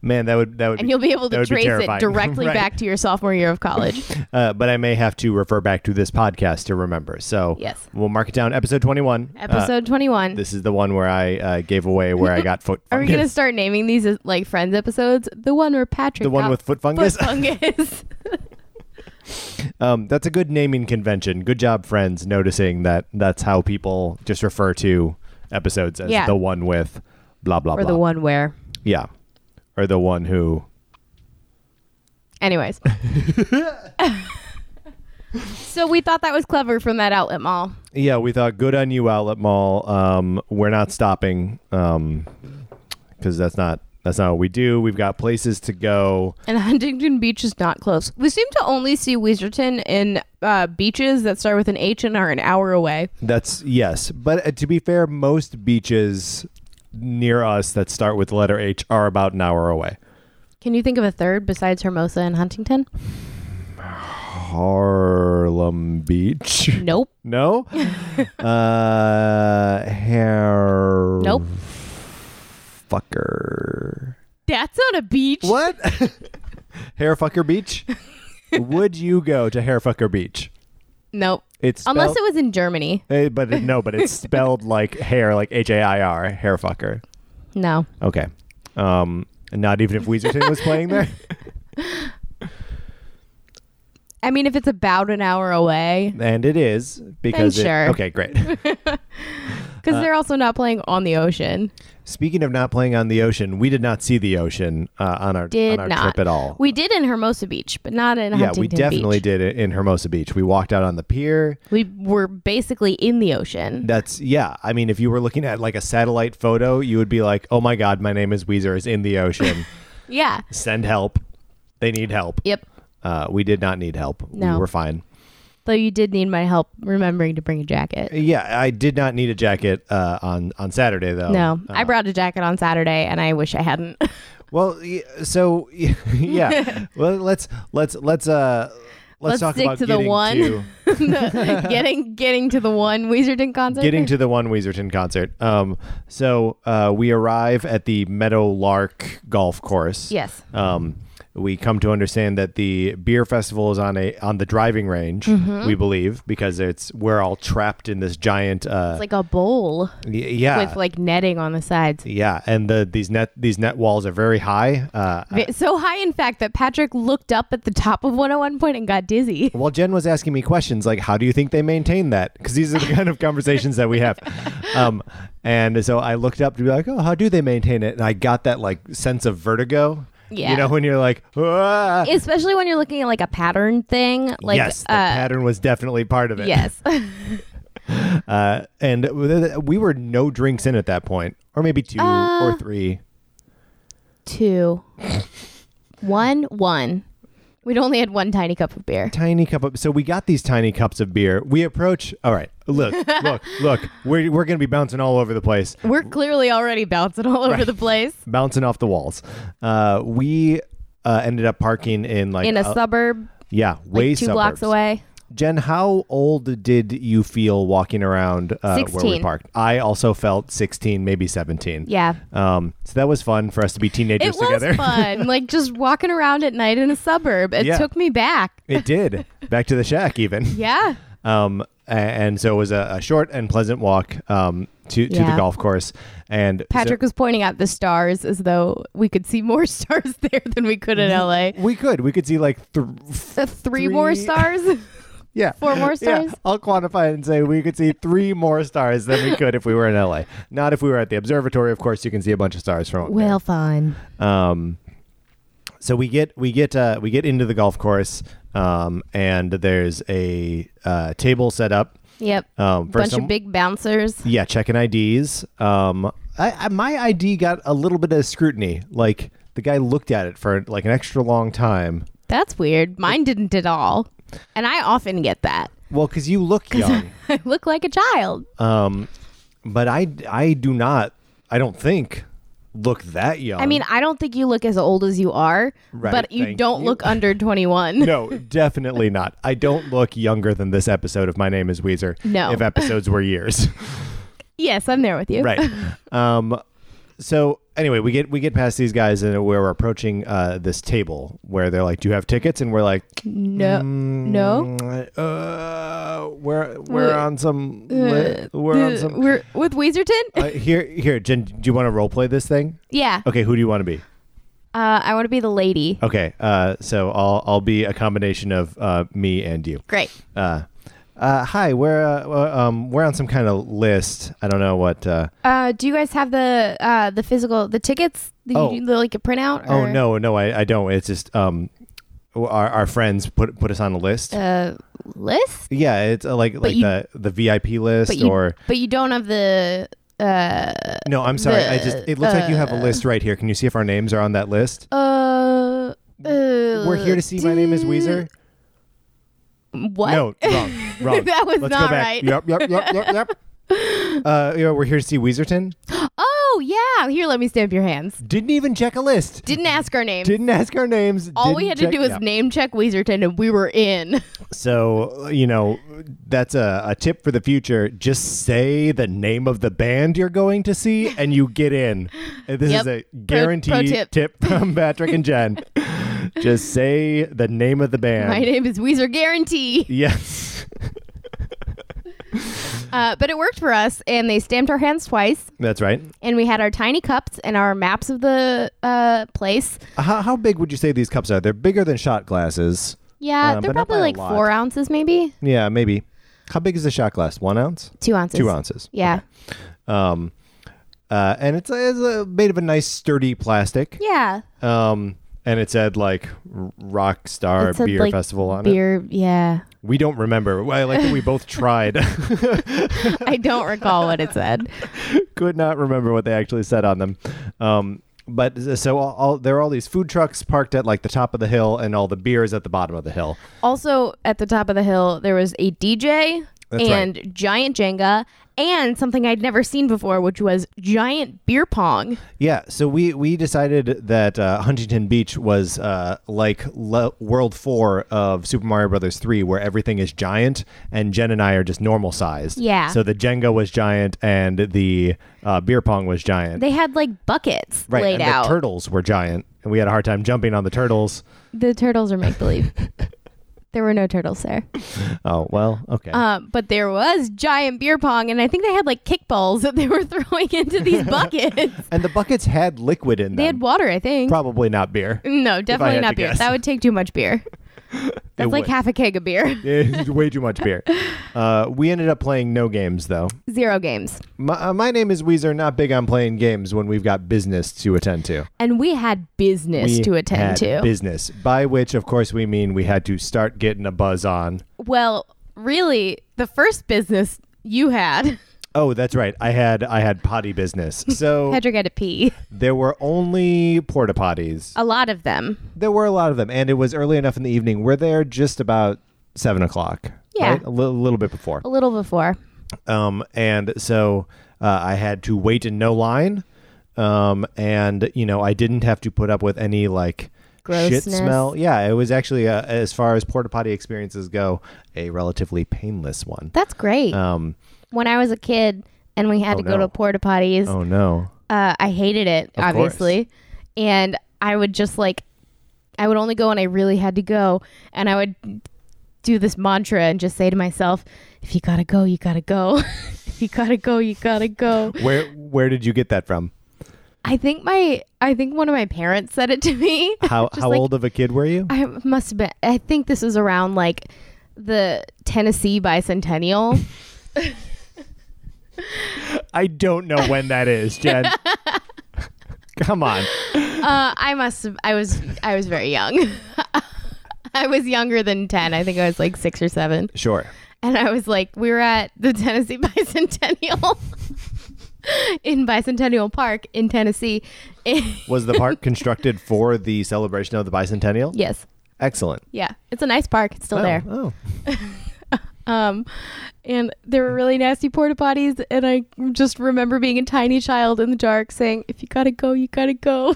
[SPEAKER 2] Man, that would that would
[SPEAKER 1] and
[SPEAKER 2] be,
[SPEAKER 1] you'll be able
[SPEAKER 2] that
[SPEAKER 1] to
[SPEAKER 2] would be
[SPEAKER 1] trace it
[SPEAKER 2] terrifying.
[SPEAKER 1] directly
[SPEAKER 2] Right.
[SPEAKER 1] back to your sophomore year of college.
[SPEAKER 2] Uh, but I may have to refer back to this podcast to remember. So
[SPEAKER 1] Yes.
[SPEAKER 2] we'll mark it down. Episode twenty-one. Uh,
[SPEAKER 1] Episode twenty one.
[SPEAKER 2] this is the one where I uh, gave away where I got foot.
[SPEAKER 1] Are we
[SPEAKER 2] fungus.
[SPEAKER 1] gonna start naming these as, like Friends episodes? The one where Patrick
[SPEAKER 2] the one
[SPEAKER 1] got
[SPEAKER 2] with foot
[SPEAKER 1] foot
[SPEAKER 2] fungus?
[SPEAKER 1] fungus.
[SPEAKER 2] Um, that's a good naming convention. Good job, friends, noticing that that's how people just refer to episodes as
[SPEAKER 1] Yeah.
[SPEAKER 2] the one with blah blah
[SPEAKER 1] or
[SPEAKER 2] blah.
[SPEAKER 1] the one where.
[SPEAKER 2] yeah, or the one who.
[SPEAKER 1] Anyways. so we thought that was clever from that outlet mall.
[SPEAKER 2] Yeah, we thought good on you, Outlet Mall. Um, we're not stopping because that's not that's not what we do. We've got places to go.
[SPEAKER 1] And Huntington Beach is not close. We seem to only see Weezerton in uh, beaches that start with an H and are an hour away.
[SPEAKER 2] That's yes, but uh, to be fair, most beaches near us that start with the letter H are about an hour away.
[SPEAKER 1] Can you think of a third besides Hermosa and Huntington?
[SPEAKER 2] Harlem Beach.
[SPEAKER 1] Nope.
[SPEAKER 2] No. uh, hair.
[SPEAKER 1] Nope.
[SPEAKER 2] Fucker.
[SPEAKER 1] That's not a beach.
[SPEAKER 2] What? hair fucker beach. Would you go to hair fucker beach?
[SPEAKER 1] Nope.
[SPEAKER 2] It's spelled,
[SPEAKER 1] Unless it was in Germany.
[SPEAKER 2] Eh, but it- no, but it's spelled like hair, like H A I R, hair fucker.
[SPEAKER 1] No.
[SPEAKER 2] Okay. Um, not even if Weezerton was playing there.
[SPEAKER 1] I mean, if it's about an hour away,
[SPEAKER 2] And it is because
[SPEAKER 1] Then
[SPEAKER 2] it-
[SPEAKER 1] sure.
[SPEAKER 2] okay, great. Uh,
[SPEAKER 1] because they're also not playing on the ocean.
[SPEAKER 2] Speaking of not playing on the ocean, we did not see the ocean uh, on our
[SPEAKER 1] Did
[SPEAKER 2] on our
[SPEAKER 1] not.
[SPEAKER 2] trip at all.
[SPEAKER 1] We did in Hermosa Beach, but not in
[SPEAKER 2] yeah,
[SPEAKER 1] Huntington
[SPEAKER 2] we definitely
[SPEAKER 1] Beach.
[SPEAKER 2] did it in Hermosa Beach. We walked out on the pier.
[SPEAKER 1] We were basically in the ocean.
[SPEAKER 2] That's yeah. I mean, if you were looking at like a satellite photo, you would be like, "Oh my god, my name is Weezer. Is in the ocean.
[SPEAKER 1] Yeah.
[SPEAKER 2] Send help. They need help."
[SPEAKER 1] Yep.
[SPEAKER 2] Uh, we did not need help. We
[SPEAKER 1] No.
[SPEAKER 2] were fine.
[SPEAKER 1] Though you did need my help remembering to bring a jacket.
[SPEAKER 2] Yeah, I did not need a jacket uh, on on Saturday though.
[SPEAKER 1] No, I brought a jacket on Saturday, and I wish I hadn't.
[SPEAKER 2] Well, y- so y- yeah. well, let's let's let's uh
[SPEAKER 1] Let's
[SPEAKER 2] let's, talk
[SPEAKER 1] stick
[SPEAKER 2] about
[SPEAKER 1] to the
[SPEAKER 2] getting
[SPEAKER 1] one.
[SPEAKER 2] to-
[SPEAKER 1] getting getting to the one Weezerton concert.
[SPEAKER 2] getting to the one Weezerton concert. Um, so uh, we arrive at the Meadowlark Golf Course.
[SPEAKER 1] Yes.
[SPEAKER 2] Um, we come to understand that the beer festival is on a on the driving range.
[SPEAKER 1] Mm-hmm.
[SPEAKER 2] We believe because it's we're all trapped in this giant. Uh,
[SPEAKER 1] it's like a bowl
[SPEAKER 2] y- yeah.
[SPEAKER 1] with like netting on the sides.
[SPEAKER 2] yeah, and the these net these net walls are very high. Uh,
[SPEAKER 1] Vi- So high, in fact, that Patrick looked up at the top of one at one point and got dizzy.
[SPEAKER 2] Well, Jen was asking me questions like, "How do you think they maintain that?" Because these are the kind of conversations that we have. Um, and so I looked up to be like, "Oh, how do they maintain it?" And I got that like sense of vertigo.
[SPEAKER 1] Yeah.
[SPEAKER 2] You know when you're like, "Ah."
[SPEAKER 1] Especially when you're looking at like a pattern thing. Like,
[SPEAKER 2] yes, the
[SPEAKER 1] uh,
[SPEAKER 2] pattern was definitely part of it.
[SPEAKER 1] yes.
[SPEAKER 2] Uh, and we were no drinks in at that point, or maybe two
[SPEAKER 1] Uh.
[SPEAKER 2] or three.
[SPEAKER 1] Two. One, one. We'd only had one tiny cup of beer.
[SPEAKER 2] tiny cup of so we got these tiny cups of beer we approach all right look look look we're, we're gonna be bouncing all over the place
[SPEAKER 1] We're clearly already bouncing all over the place
[SPEAKER 2] bouncing off the walls uh we uh ended up parking in like
[SPEAKER 1] in a
[SPEAKER 2] uh,
[SPEAKER 1] suburb,
[SPEAKER 2] yeah way
[SPEAKER 1] like two blocks
[SPEAKER 2] suburbs.
[SPEAKER 1] away.
[SPEAKER 2] jen how old did you feel walking around uh, where we
[SPEAKER 1] 16.
[SPEAKER 2] parked i also felt 16 maybe 17
[SPEAKER 1] Yeah.
[SPEAKER 2] um so that was fun for us to be teenagers
[SPEAKER 1] It was
[SPEAKER 2] together
[SPEAKER 1] fun, like just walking around at night in a suburb. It
[SPEAKER 2] Yeah.
[SPEAKER 1] took me back.
[SPEAKER 2] it did back to the shack even
[SPEAKER 1] Yeah.
[SPEAKER 2] Um, a- and so it was a, a short and pleasant walk um, to, to the
[SPEAKER 1] Yeah.
[SPEAKER 2] golf course. And
[SPEAKER 1] Patrick
[SPEAKER 2] so-
[SPEAKER 1] was pointing out the stars as though we could see more stars there than we could in LA.
[SPEAKER 2] we could we could see like th-
[SPEAKER 1] The three, more
[SPEAKER 2] Mm-hmm. Three.
[SPEAKER 1] stars,
[SPEAKER 2] yeah
[SPEAKER 1] four more
[SPEAKER 2] yeah.
[SPEAKER 1] stars.
[SPEAKER 2] I'll quantify it and say we could see three more stars than we could if we were in LA. Not if we were at the observatory, of course. You can see a bunch of stars from up there.
[SPEAKER 1] Well, fun.
[SPEAKER 2] Um, so we get we get uh, we get into the golf course, um, and there's a uh, table set up.
[SPEAKER 1] Yep.
[SPEAKER 2] Um, for
[SPEAKER 1] Bunch
[SPEAKER 2] some-
[SPEAKER 1] of big bouncers.
[SPEAKER 2] Yeah, checking IDs. Um, I, I, my ID got a little bit of scrutiny. Like the guy looked at it for like an extra long time.
[SPEAKER 1] That's weird. Mine didn't at all. And I often get that.
[SPEAKER 2] Well, because you look young,
[SPEAKER 1] I look like a child.
[SPEAKER 2] um, but I I do not. I don't think look that young.
[SPEAKER 1] I mean, I don't think you look as old as you are,
[SPEAKER 2] Right,
[SPEAKER 1] but you
[SPEAKER 2] thank
[SPEAKER 1] don't
[SPEAKER 2] you.
[SPEAKER 1] look under 21.
[SPEAKER 2] no, definitely not. I don't look younger than this episode of My Name Is Weezer.
[SPEAKER 1] No.
[SPEAKER 2] if episodes were years.
[SPEAKER 1] Yes, I'm there with you.
[SPEAKER 2] right um so anyway we get we get past these guys and we're approaching uh this table where they're like do you have tickets and we're like
[SPEAKER 1] No. no.
[SPEAKER 2] "Mm, uh we're we're
[SPEAKER 1] Uh,
[SPEAKER 2] on some li- we're on
[SPEAKER 1] Uh,
[SPEAKER 2] some
[SPEAKER 1] We're with Weezerton?
[SPEAKER 2] uh, here here jen do you want to role play this thing
[SPEAKER 1] yeah.
[SPEAKER 2] okay who do you want to be
[SPEAKER 1] Uh, I want to be the lady.
[SPEAKER 2] Okay, uh, so I'll I'll be a combination of uh, me and you.
[SPEAKER 1] Great.
[SPEAKER 2] Uh, uh, hi, we're uh, uh, um, we're on some kind of list. I don't know what. Uh,
[SPEAKER 1] Uh, do you guys have the uh, the physical the tickets? The,
[SPEAKER 2] Oh.
[SPEAKER 1] the, like a printout?
[SPEAKER 2] oh
[SPEAKER 1] or-
[SPEAKER 2] no, no, I, I don't. It's just um, our our friends put put us on a list.
[SPEAKER 1] Uh, list.
[SPEAKER 2] yeah, it's uh, like like
[SPEAKER 1] you-
[SPEAKER 2] the the VIP list
[SPEAKER 1] But you
[SPEAKER 2] or
[SPEAKER 1] but you don't have the uh
[SPEAKER 2] no. I'm sorry, I just it looks like you have a
[SPEAKER 1] uh,
[SPEAKER 2] list right here. Can you see if our names are on that list?
[SPEAKER 1] uh.
[SPEAKER 2] we're here to see. My name is Weezer.
[SPEAKER 1] What?
[SPEAKER 2] No, wrong, wrong.
[SPEAKER 1] That was
[SPEAKER 2] Let's
[SPEAKER 1] not
[SPEAKER 2] go back.
[SPEAKER 1] right.
[SPEAKER 2] Yep, yep, yep, yep, yep. uh, you know, we're here to see Weezerton.
[SPEAKER 1] Oh yeah. Here, let me stamp your hands.
[SPEAKER 2] Didn't even check a list.
[SPEAKER 1] Didn't ask our name.
[SPEAKER 2] didn't ask our names.
[SPEAKER 1] All we had
[SPEAKER 2] didn't
[SPEAKER 1] to
[SPEAKER 2] check-
[SPEAKER 1] do was
[SPEAKER 2] yeah.
[SPEAKER 1] name check Weezerton, and we were in.
[SPEAKER 2] So you know, that's a, a tip for the future. Just say the name of the band you're going to see, and you get in. And This
[SPEAKER 1] Yep.
[SPEAKER 2] is a
[SPEAKER 1] Pro-
[SPEAKER 2] guaranteed
[SPEAKER 1] pro tip.
[SPEAKER 2] from Patrick and Jen. Just say the name of the band.
[SPEAKER 1] My name is Weezer Guarantee.
[SPEAKER 2] Yes,
[SPEAKER 1] Uh, but it worked for us, and they stamped our hands twice,
[SPEAKER 2] that's right.
[SPEAKER 1] and we had our tiny cups and our maps of the uh, place.
[SPEAKER 2] How, how big would you say these cups are? They're bigger than shot glasses.
[SPEAKER 1] Yeah,
[SPEAKER 2] Um,
[SPEAKER 1] they're
[SPEAKER 2] but not
[SPEAKER 1] probably
[SPEAKER 2] by a
[SPEAKER 1] like
[SPEAKER 2] lot.
[SPEAKER 1] four ounces, maybe
[SPEAKER 2] Yeah, maybe. How big is a shot glass? One ounce?
[SPEAKER 1] two ounces.
[SPEAKER 2] Two ounces.
[SPEAKER 1] Yeah,
[SPEAKER 2] Um, uh, and it's, it's uh made of a nice sturdy plastic.
[SPEAKER 1] yeah.
[SPEAKER 2] Um, and it said like r- rock star
[SPEAKER 1] It said,
[SPEAKER 2] beer
[SPEAKER 1] like,
[SPEAKER 2] festival on it.
[SPEAKER 1] Beer. Yeah,
[SPEAKER 2] We don't remember. I like that we both tried.
[SPEAKER 1] I don't recall what it said.
[SPEAKER 2] Could not remember what they actually said on them. Um, but so all, all there are all these food trucks parked at like the top of the hill, and all the beer is at the bottom of the hill.
[SPEAKER 1] Also, at the top of the hill, there was a DJ
[SPEAKER 2] That's
[SPEAKER 1] and giant Jenga and something I'd never seen before, which was giant beer pong.
[SPEAKER 2] Yeah, so we we decided that uh, Huntington Beach was uh, like le- World Four of Super Mario Brothers Three, where everything is giant, and Jen and I are just normal sized.
[SPEAKER 1] Yeah.
[SPEAKER 2] So the Jenga was giant, and the uh, beer pong was giant.
[SPEAKER 1] They had like buckets
[SPEAKER 2] right.
[SPEAKER 1] laid
[SPEAKER 2] and
[SPEAKER 1] out.
[SPEAKER 2] The turtles were giant, and we had a hard time jumping on the turtles.
[SPEAKER 1] the turtles are make believe. there were no turtles there.
[SPEAKER 2] Oh well, okay.
[SPEAKER 1] Um, but there was giant beer pong, and I think they had like kickballs that they were throwing into these buckets.
[SPEAKER 2] and the buckets had liquid in them.
[SPEAKER 1] they had water, I think.
[SPEAKER 2] Probably not beer.
[SPEAKER 1] no, definitely
[SPEAKER 2] had
[SPEAKER 1] not
[SPEAKER 2] to
[SPEAKER 1] beer.
[SPEAKER 2] guess.
[SPEAKER 1] That would take too much beer. That's like
[SPEAKER 2] would.
[SPEAKER 1] half a keg of beer.
[SPEAKER 2] It's way too much beer. Uh, we ended up playing no games though.
[SPEAKER 1] Zero games.
[SPEAKER 2] My, uh, my name is Weezer. Not big on playing games when we've got business to attend to.
[SPEAKER 1] And we had business
[SPEAKER 2] We
[SPEAKER 1] to attend
[SPEAKER 2] had
[SPEAKER 1] to.
[SPEAKER 2] business, by which of course we mean we had to start getting a buzz on.
[SPEAKER 1] Well, really, the first business you had,
[SPEAKER 2] Oh, that's right. I had I had potty business. So
[SPEAKER 1] Patrick had to pee.
[SPEAKER 2] there were only porta potties.
[SPEAKER 1] A lot of them.
[SPEAKER 2] There were a lot of them, and it was early enough in the evening. We're there just about seven o'clock.
[SPEAKER 1] Yeah.
[SPEAKER 2] right? a li- little bit before.
[SPEAKER 1] A little before.
[SPEAKER 2] Um, and so uh, I had to wait in no line. Um, and you know, I didn't have to put up with any like shit
[SPEAKER 1] Grossness.
[SPEAKER 2] smell. Yeah, it was actually, uh, as far as porta potty experiences go, a relatively painless one.
[SPEAKER 1] That's great.
[SPEAKER 2] Um,
[SPEAKER 1] when I was a kid and we had
[SPEAKER 2] Oh,
[SPEAKER 1] to go
[SPEAKER 2] no.
[SPEAKER 1] to porta potties,
[SPEAKER 2] oh no.
[SPEAKER 1] uh, I hated it,
[SPEAKER 2] Of
[SPEAKER 1] obviously. And I would just like, I would only go when I really had to go. And I would do this mantra and just say to myself, if you gotta go, you gotta go. if you gotta go, you gotta go.
[SPEAKER 2] Where where did you get that from?
[SPEAKER 1] I think my, I think one of my parents said it to me.
[SPEAKER 2] How
[SPEAKER 1] Just
[SPEAKER 2] how
[SPEAKER 1] like,
[SPEAKER 2] old of a kid were you?
[SPEAKER 1] I must have been. I think this was around like the Tennessee bicentennial.
[SPEAKER 2] I don't know when that is, Jen. Come on.
[SPEAKER 1] uh, I must. Have, I was. I was very young. I was younger than ten. I think I was like six or seven,
[SPEAKER 2] Sure.
[SPEAKER 1] and I was like, we were at the Tennessee bicentennial in Bicentennial Park in Tennessee.
[SPEAKER 2] Was the park constructed for the celebration of the bicentennial?
[SPEAKER 1] yes.
[SPEAKER 2] Excellent.
[SPEAKER 1] Yeah, it's a nice park. It's still
[SPEAKER 2] Oh,
[SPEAKER 1] there.
[SPEAKER 2] Oh.
[SPEAKER 1] Um, and there were really nasty porta potties, and I just remember being a tiny child in the dark saying, "If you gotta go, you gotta go."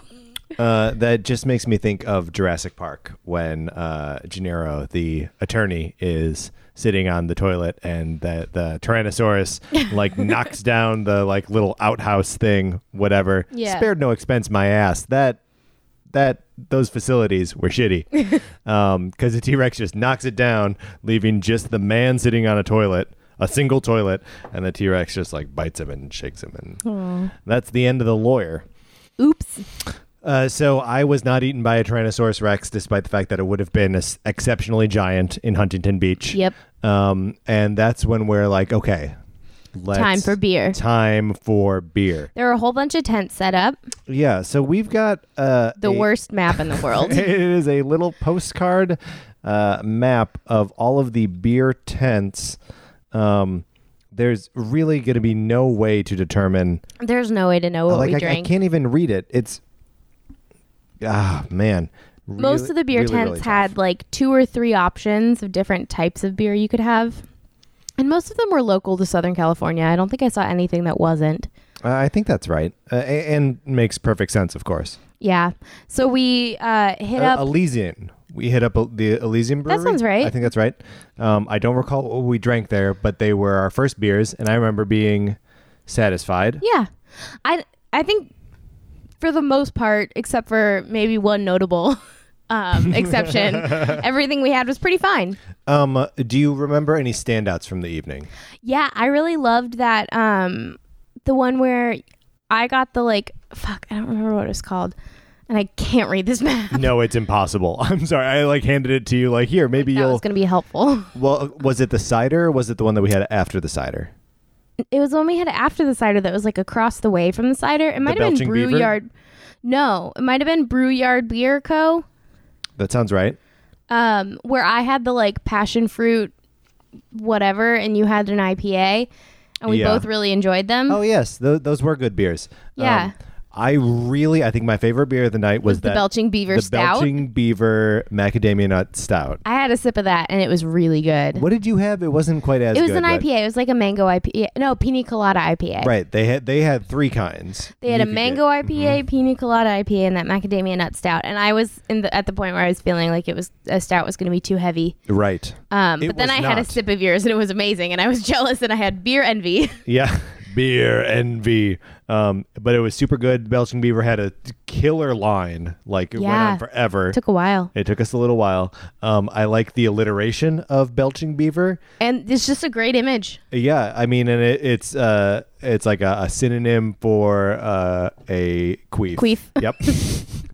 [SPEAKER 2] Uh, that just makes me think of Jurassic Park when uh, Gennaro, the attorney, is sitting on the toilet and the, the Tyrannosaurus like knocks down the like little outhouse thing, whatever.
[SPEAKER 1] Yeah.
[SPEAKER 2] Spared no expense, my ass. That that those facilities were shitty Um, because the T Rex just knocks it down, leaving just the man sitting on a toilet. A single toilet, and the T Rex just like bites him and shakes him, and that's the end of the lawyer.
[SPEAKER 1] Oops.
[SPEAKER 2] Uh, so I was not eaten by a Tyrannosaurus Rex, despite the fact that it would have been s- exceptionally giant in Huntington Beach.
[SPEAKER 1] Yep.
[SPEAKER 2] Um, and that's when we're like, okay, let's,
[SPEAKER 1] Time for beer.
[SPEAKER 2] Time for beer.
[SPEAKER 1] There are a whole bunch of tents set up.
[SPEAKER 2] Yeah. So we've got uh,
[SPEAKER 1] The
[SPEAKER 2] a-
[SPEAKER 1] worst map in the world.
[SPEAKER 2] It is a little postcard uh, map of all of the beer tents. Um, there's really going to be no way to determine
[SPEAKER 1] There's no way to know what
[SPEAKER 2] like
[SPEAKER 1] we
[SPEAKER 2] I, I
[SPEAKER 1] drink.
[SPEAKER 2] can't even read it. It's ah man.
[SPEAKER 1] Most
[SPEAKER 2] Really-
[SPEAKER 1] of the beer
[SPEAKER 2] really,
[SPEAKER 1] tents
[SPEAKER 2] really tough.
[SPEAKER 1] had like two or three options of different types of beer you could have. And most of them were local to Southern California. I don't think I saw anything that wasn't.
[SPEAKER 2] Uh, I think that's right, uh, a- and makes perfect sense, of course.
[SPEAKER 1] Yeah. So we uh, hit
[SPEAKER 2] Uh,
[SPEAKER 1] up.
[SPEAKER 2] Elysian. We hit up El- the Elysian Brewery.
[SPEAKER 1] sounds right.
[SPEAKER 2] I think that's right. Um, I don't recall what we drank there, but they were our first beers, and I remember being satisfied.
[SPEAKER 1] yeah. I, I think for the most part, except for maybe one notable um, exception, everything we had was pretty fine.
[SPEAKER 2] Um, do you remember any standouts from the evening?
[SPEAKER 1] Yeah, I really loved that. Um, the one where I got the like, fuck, I don't remember what it was called, and I can't read this map.
[SPEAKER 2] No, it's impossible. I'm sorry. I like handed it to you. Like here, maybe
[SPEAKER 1] That was
[SPEAKER 2] you'll.
[SPEAKER 1] gonna be helpful.
[SPEAKER 2] Well, was it the cider? or Was it the one that we had after the cider?
[SPEAKER 1] It was the one we had after the cider that was like across the way from the cider. It might have been
[SPEAKER 2] Belching
[SPEAKER 1] Brew
[SPEAKER 2] Beaver?
[SPEAKER 1] Yard. No, it might have been Brew Yard Beer Co.
[SPEAKER 2] That sounds right.
[SPEAKER 1] Um, where I had the like passion fruit, whatever, and you had an IPA, and we
[SPEAKER 2] Yeah.
[SPEAKER 1] both really enjoyed them.
[SPEAKER 2] Oh yes, th- those were good beers. Um,
[SPEAKER 1] Yeah.
[SPEAKER 2] I really, I think my favorite beer of the night was,
[SPEAKER 1] the
[SPEAKER 2] that
[SPEAKER 1] Belching Beaver
[SPEAKER 2] the
[SPEAKER 1] Stout.
[SPEAKER 2] Belching Beaver Macadamia Nut Stout.
[SPEAKER 1] I had a sip of that, and it was really good.
[SPEAKER 2] What did you have? It wasn't quite as.
[SPEAKER 1] It was
[SPEAKER 2] good,
[SPEAKER 1] an
[SPEAKER 2] but-
[SPEAKER 1] IPA. It was like a mango IPA. No, pina colada IPA.
[SPEAKER 2] Right. They had they had three kinds.
[SPEAKER 1] They had
[SPEAKER 2] You
[SPEAKER 1] a
[SPEAKER 2] could
[SPEAKER 1] mango
[SPEAKER 2] get- Mm-hmm.
[SPEAKER 1] IPA, pina colada IPA, and that macadamia nut stout. And I was in the, at the point where I was feeling like it was a stout was going to be too heavy.
[SPEAKER 2] Right.
[SPEAKER 1] Um,
[SPEAKER 2] It
[SPEAKER 1] but then
[SPEAKER 2] was
[SPEAKER 1] I had a
[SPEAKER 2] not.
[SPEAKER 1] sip of yours, and it was amazing. And I was jealous, and I had beer envy.
[SPEAKER 2] Yeah. Beer envy. Um, but it was super good. Belching Beaver had a killer line. Like it went
[SPEAKER 1] Yeah.
[SPEAKER 2] on forever.
[SPEAKER 1] Took a while,
[SPEAKER 2] it took us a little while. Um, I like the alliteration of Belching Beaver.
[SPEAKER 1] and it's just a great image.
[SPEAKER 2] Yeah, I mean, and it, it's uh, it's like a, a synonym for uh, a queef.
[SPEAKER 1] Queef.
[SPEAKER 2] Yep.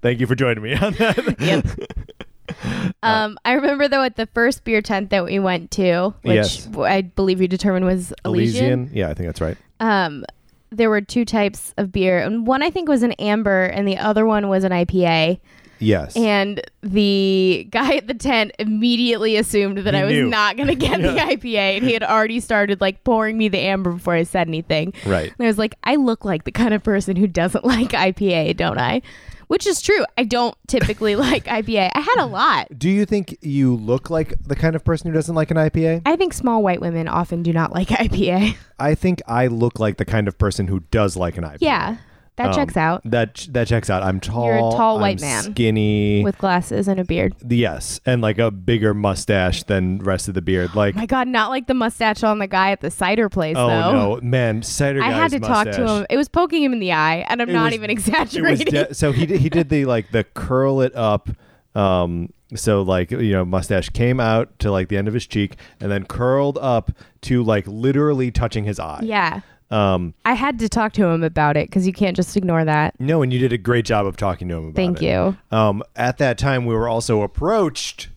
[SPEAKER 2] Thank you for joining me on that.
[SPEAKER 1] Yep. um, I remember though at the first beer tent that we went to, which
[SPEAKER 2] Yes.
[SPEAKER 1] I believe you determined was Elysian.
[SPEAKER 2] Yeah, I think that's right.
[SPEAKER 1] um, there were two types of beer, and one I think was an amber, and the other one was an IPA.
[SPEAKER 2] Yes.
[SPEAKER 1] And the guy at the tent immediately assumed that
[SPEAKER 2] He
[SPEAKER 1] I was
[SPEAKER 2] knew.
[SPEAKER 1] not going to get the IPA, and he had already started like pouring me the amber before I said anything.
[SPEAKER 2] Right.
[SPEAKER 1] And I was like, I look like the kind of person who doesn't like IPA, don't I? Which is true. I don't typically like IPA. I had a lot.
[SPEAKER 2] Do you think you look like the kind of person who doesn't like an IPA?
[SPEAKER 1] I think small white women often do not like IPA.
[SPEAKER 2] I think I look like the kind of person who does like an IPA.
[SPEAKER 1] yeah, that
[SPEAKER 2] Um,
[SPEAKER 1] checks out
[SPEAKER 2] That ch- that checks out. I'm tall.
[SPEAKER 1] a tall
[SPEAKER 2] I'm
[SPEAKER 1] white man.
[SPEAKER 2] Skinny.
[SPEAKER 1] with glasses and a beard.
[SPEAKER 2] yes, and like a bigger mustache than rest of the beard. Like
[SPEAKER 1] My God, not like the mustache on the guy at the cider place,
[SPEAKER 2] oh
[SPEAKER 1] though.
[SPEAKER 2] no, man, cider.
[SPEAKER 1] I had
[SPEAKER 2] guy's
[SPEAKER 1] to talk
[SPEAKER 2] mustache.
[SPEAKER 1] to him. It was poking him in the eye, and I'm
[SPEAKER 2] It
[SPEAKER 1] not
[SPEAKER 2] was-
[SPEAKER 1] even
[SPEAKER 2] It was
[SPEAKER 1] exaggerating.
[SPEAKER 2] de- so he did, he did the like the curl it up. Um, so like you know, mustache came out to like the end of his cheek, and then curled up to like literally touching his eye.
[SPEAKER 1] yeah.
[SPEAKER 2] Um,
[SPEAKER 1] I had to talk to him about it because you can't just ignore that.
[SPEAKER 2] no, and you did a great job of talking to him about
[SPEAKER 1] Thank
[SPEAKER 2] it.
[SPEAKER 1] you.
[SPEAKER 2] Um, at that time, we were also approached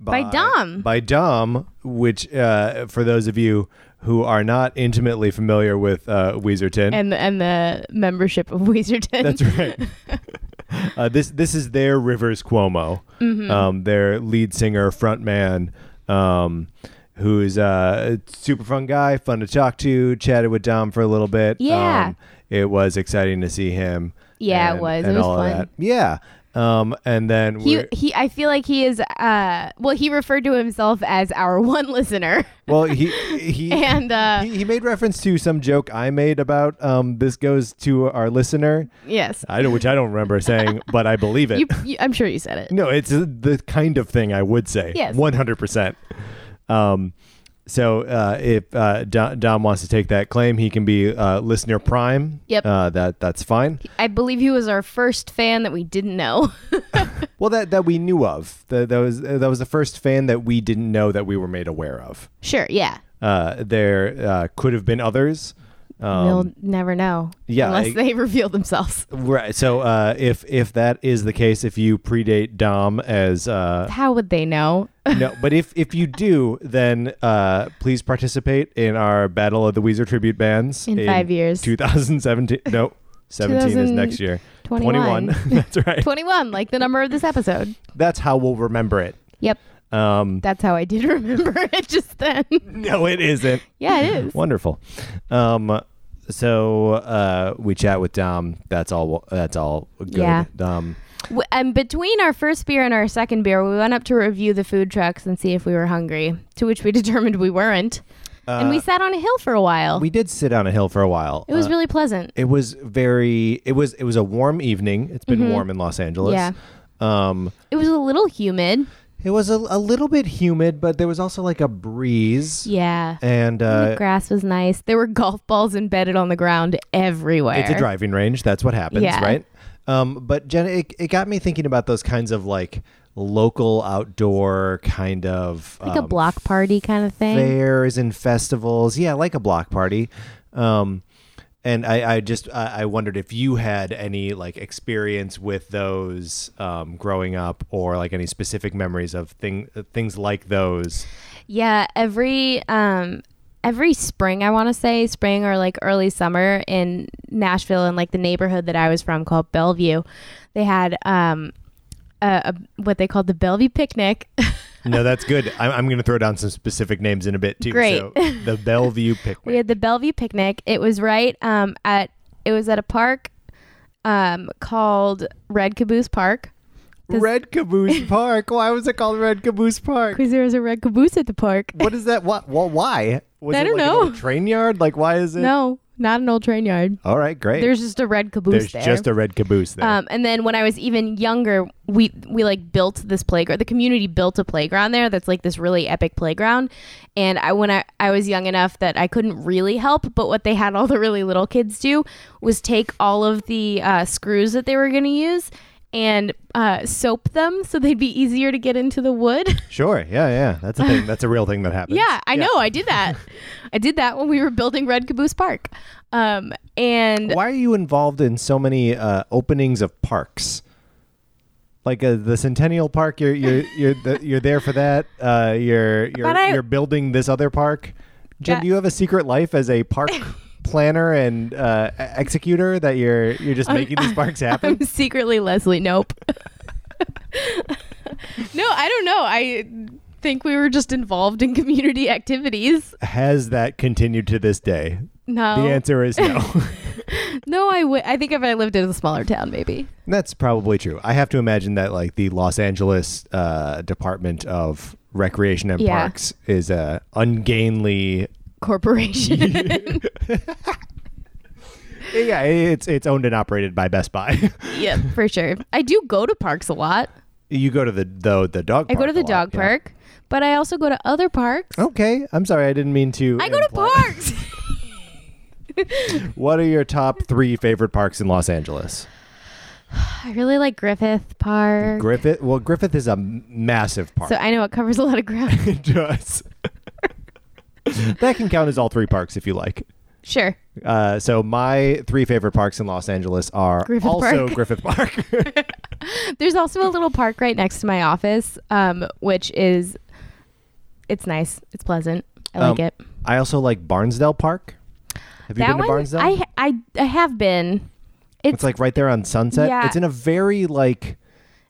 [SPEAKER 1] By Dom.
[SPEAKER 2] By Dom, which uh, for those of you who are not intimately familiar with uh, Weezerton,
[SPEAKER 1] And the, and the membership of Weezerton.
[SPEAKER 2] That's right. uh, this this is their Rivers Cuomo,
[SPEAKER 1] Mm-hmm.
[SPEAKER 2] um, their lead singer, frontman, um, who's uh, a super fun guy, fun to talk to. Chatted with Dom for a little bit.
[SPEAKER 1] Yeah.
[SPEAKER 2] Um, it was exciting to see him.
[SPEAKER 1] Yeah, it
[SPEAKER 2] and-
[SPEAKER 1] was. It
[SPEAKER 2] And
[SPEAKER 1] was
[SPEAKER 2] all of
[SPEAKER 1] fun.
[SPEAKER 2] that. Yeah. Um, and then
[SPEAKER 1] he,
[SPEAKER 2] we're-
[SPEAKER 1] he, I feel like he is, uh, well, he referred to himself as our one listener.
[SPEAKER 2] well, he he
[SPEAKER 1] And, uh,
[SPEAKER 2] he, he made reference to some joke I made about um, this goes to our listener.
[SPEAKER 1] Yes.
[SPEAKER 2] I don't, which I don't remember saying, but I believe it.
[SPEAKER 1] You, you, I'm sure you said it.
[SPEAKER 2] No, it's uh, the kind of thing I would say.
[SPEAKER 1] Yes.
[SPEAKER 2] one hundred percent. Um, so uh, if uh, Dom, Dom wants to take that claim, he can be uh, listener prime.
[SPEAKER 1] Yep.
[SPEAKER 2] Uh, that that's fine.
[SPEAKER 1] I believe he was our first fan that we didn't know.
[SPEAKER 2] Well, that that we knew of. That, that was that was the first fan that we didn't know that we were made aware of.
[SPEAKER 1] sure. Yeah.
[SPEAKER 2] Uh, there uh, could have been others.
[SPEAKER 1] we'll never know.
[SPEAKER 2] yeah,
[SPEAKER 1] Unless
[SPEAKER 2] I-
[SPEAKER 1] they reveal themselves.
[SPEAKER 2] Right. So uh, if if that is the case, if you predate Dom as uh,
[SPEAKER 1] How would they know?
[SPEAKER 2] no, but if if you do, then uh, please participate in our Battle of the Weezer tribute bands
[SPEAKER 1] In five years.
[SPEAKER 2] 2017. No, 17 is next year.
[SPEAKER 1] 21.
[SPEAKER 2] That's right.
[SPEAKER 1] 21, like the number of this episode.
[SPEAKER 2] That's how we'll remember it.
[SPEAKER 1] Yep.
[SPEAKER 2] Um,
[SPEAKER 1] That's how I did remember it just then.
[SPEAKER 2] no, it isn't.
[SPEAKER 1] yeah, it is.
[SPEAKER 2] Wonderful. Um, so uh, we chat with Dom. That's all. That's all good. Um,
[SPEAKER 1] Yeah.
[SPEAKER 2] Dom.
[SPEAKER 1] W- And between our first beer and our second beer, we went up to review the food trucks and see if we were hungry, to which we determined we weren't. and we sat on a hill for a while.
[SPEAKER 2] Uh, We did sit on a hill for a while.
[SPEAKER 1] it was
[SPEAKER 2] Uh,
[SPEAKER 1] really pleasant.
[SPEAKER 2] it was very it was it was a warm evening it's been warm in los angeles
[SPEAKER 1] Mm-hmm. Yeah.
[SPEAKER 2] um
[SPEAKER 1] It was a little humid.
[SPEAKER 2] it was a, a little bit humid but there was also like a breeze
[SPEAKER 1] Yeah.
[SPEAKER 2] and uh
[SPEAKER 1] the grass was nice. There were golf balls embedded on the ground everywhere.
[SPEAKER 2] it's a driving range that's what happens
[SPEAKER 1] Yeah.
[SPEAKER 2] right um but jenna it, it got me thinking about those kinds of like local outdoor kind of
[SPEAKER 1] Like a
[SPEAKER 2] um,
[SPEAKER 1] block party kind of thing.
[SPEAKER 2] fairs and festivals. Yeah, like a block party. Um, and I, I just I, I wondered if you had any like experience with those um, growing up, or like any specific memories of thing things like those.
[SPEAKER 1] Yeah, every um every spring I want to say spring or like early summer in Nashville in like the neighborhood that I was from called Bellevue, they had um a, a, what they called the Bellevue picnic.
[SPEAKER 2] No, that's good. I'm, I'm going to throw down some specific names in a bit too.
[SPEAKER 1] Great.
[SPEAKER 2] So the Bellevue
[SPEAKER 1] we
[SPEAKER 2] picnic.
[SPEAKER 1] had the Bellevue picnic. It was right um at it was at a park um called Red Caboose Park this-
[SPEAKER 2] Red Caboose Park. Why was it called Red Caboose Park?
[SPEAKER 1] because there was a red caboose at the park.
[SPEAKER 2] What is that? What? Well, why? Was
[SPEAKER 1] I
[SPEAKER 2] it
[SPEAKER 1] don't
[SPEAKER 2] like an
[SPEAKER 1] know.
[SPEAKER 2] old train yard? Like, why is it?
[SPEAKER 1] No, not an old train yard.
[SPEAKER 2] All right, great.
[SPEAKER 1] There's just a red caboose
[SPEAKER 2] There's
[SPEAKER 1] there.
[SPEAKER 2] just a red caboose there.
[SPEAKER 1] Um, and then when I was even younger, we we like built this playground. The community built a playground there that's like this really epic playground. And I when I, I was young enough that I couldn't really help, but what they had all the really little kids do was take all of the uh, screws that they were going to use and uh, soap them so they'd be easier to get into the wood.
[SPEAKER 2] Sure. Yeah, yeah. That's a thing. That's a real thing that happens.
[SPEAKER 1] yeah, I know. I did that. I did that when we were building Red Caboose Park. Um, and
[SPEAKER 2] Why are you involved in so many uh, openings of parks? Like uh, the Centennial Park, you're you're you're the, you're there for that. Uh, you're you're
[SPEAKER 1] But I-
[SPEAKER 2] you're building this other park. Jen,
[SPEAKER 1] That-
[SPEAKER 2] do you have a secret life as a park planner and uh, e- executor that you're you're just making these parks happen?
[SPEAKER 1] I'm secretly Leslie. Nope. no, I don't know. I think we were just involved in community activities.
[SPEAKER 2] Has that continued to this day?
[SPEAKER 1] No.
[SPEAKER 2] The answer is no.
[SPEAKER 1] No, I would. I think if I lived in a smaller town, maybe.
[SPEAKER 2] That's probably true. I have to imagine that like the Los Angeles uh, Department of Recreation and
[SPEAKER 1] Yeah.
[SPEAKER 2] Parks is a ungainly.
[SPEAKER 1] Corporation.
[SPEAKER 2] Yeah, it's it's owned and operated by Best Buy.
[SPEAKER 1] yeah, for sure. I do go to parks a lot.
[SPEAKER 2] you go to the though the dog.
[SPEAKER 1] I go
[SPEAKER 2] park
[SPEAKER 1] to the
[SPEAKER 2] a lot,
[SPEAKER 1] dog
[SPEAKER 2] yeah. Oh,
[SPEAKER 1] park, but I also go to other parks.
[SPEAKER 2] Okay, I'm sorry, I didn't mean to.
[SPEAKER 1] I go to
[SPEAKER 2] imply-
[SPEAKER 1] parks.
[SPEAKER 2] What are your top three favorite parks in Los Angeles?
[SPEAKER 1] I really like Griffith Park.
[SPEAKER 2] Griffith. Well, Griffith is a m- massive park.
[SPEAKER 1] so I know it covers a lot of ground.
[SPEAKER 2] it does. that can count as all three parks if you like.
[SPEAKER 1] sure.
[SPEAKER 2] Uh, so my three favorite parks in Los Angeles are
[SPEAKER 1] Griffith
[SPEAKER 2] also
[SPEAKER 1] Park.
[SPEAKER 2] Griffith Park.
[SPEAKER 1] There's also a little park right next to my office, um, which is it's nice. It's pleasant. I like
[SPEAKER 2] Um,
[SPEAKER 1] it.
[SPEAKER 2] I also like Barnsdale Park. Have you
[SPEAKER 1] that
[SPEAKER 2] been
[SPEAKER 1] one
[SPEAKER 2] to Barnsdale?
[SPEAKER 1] I I I have been. It's
[SPEAKER 2] it's like right there on Sunset.
[SPEAKER 1] Yeah.
[SPEAKER 2] It's in a very like.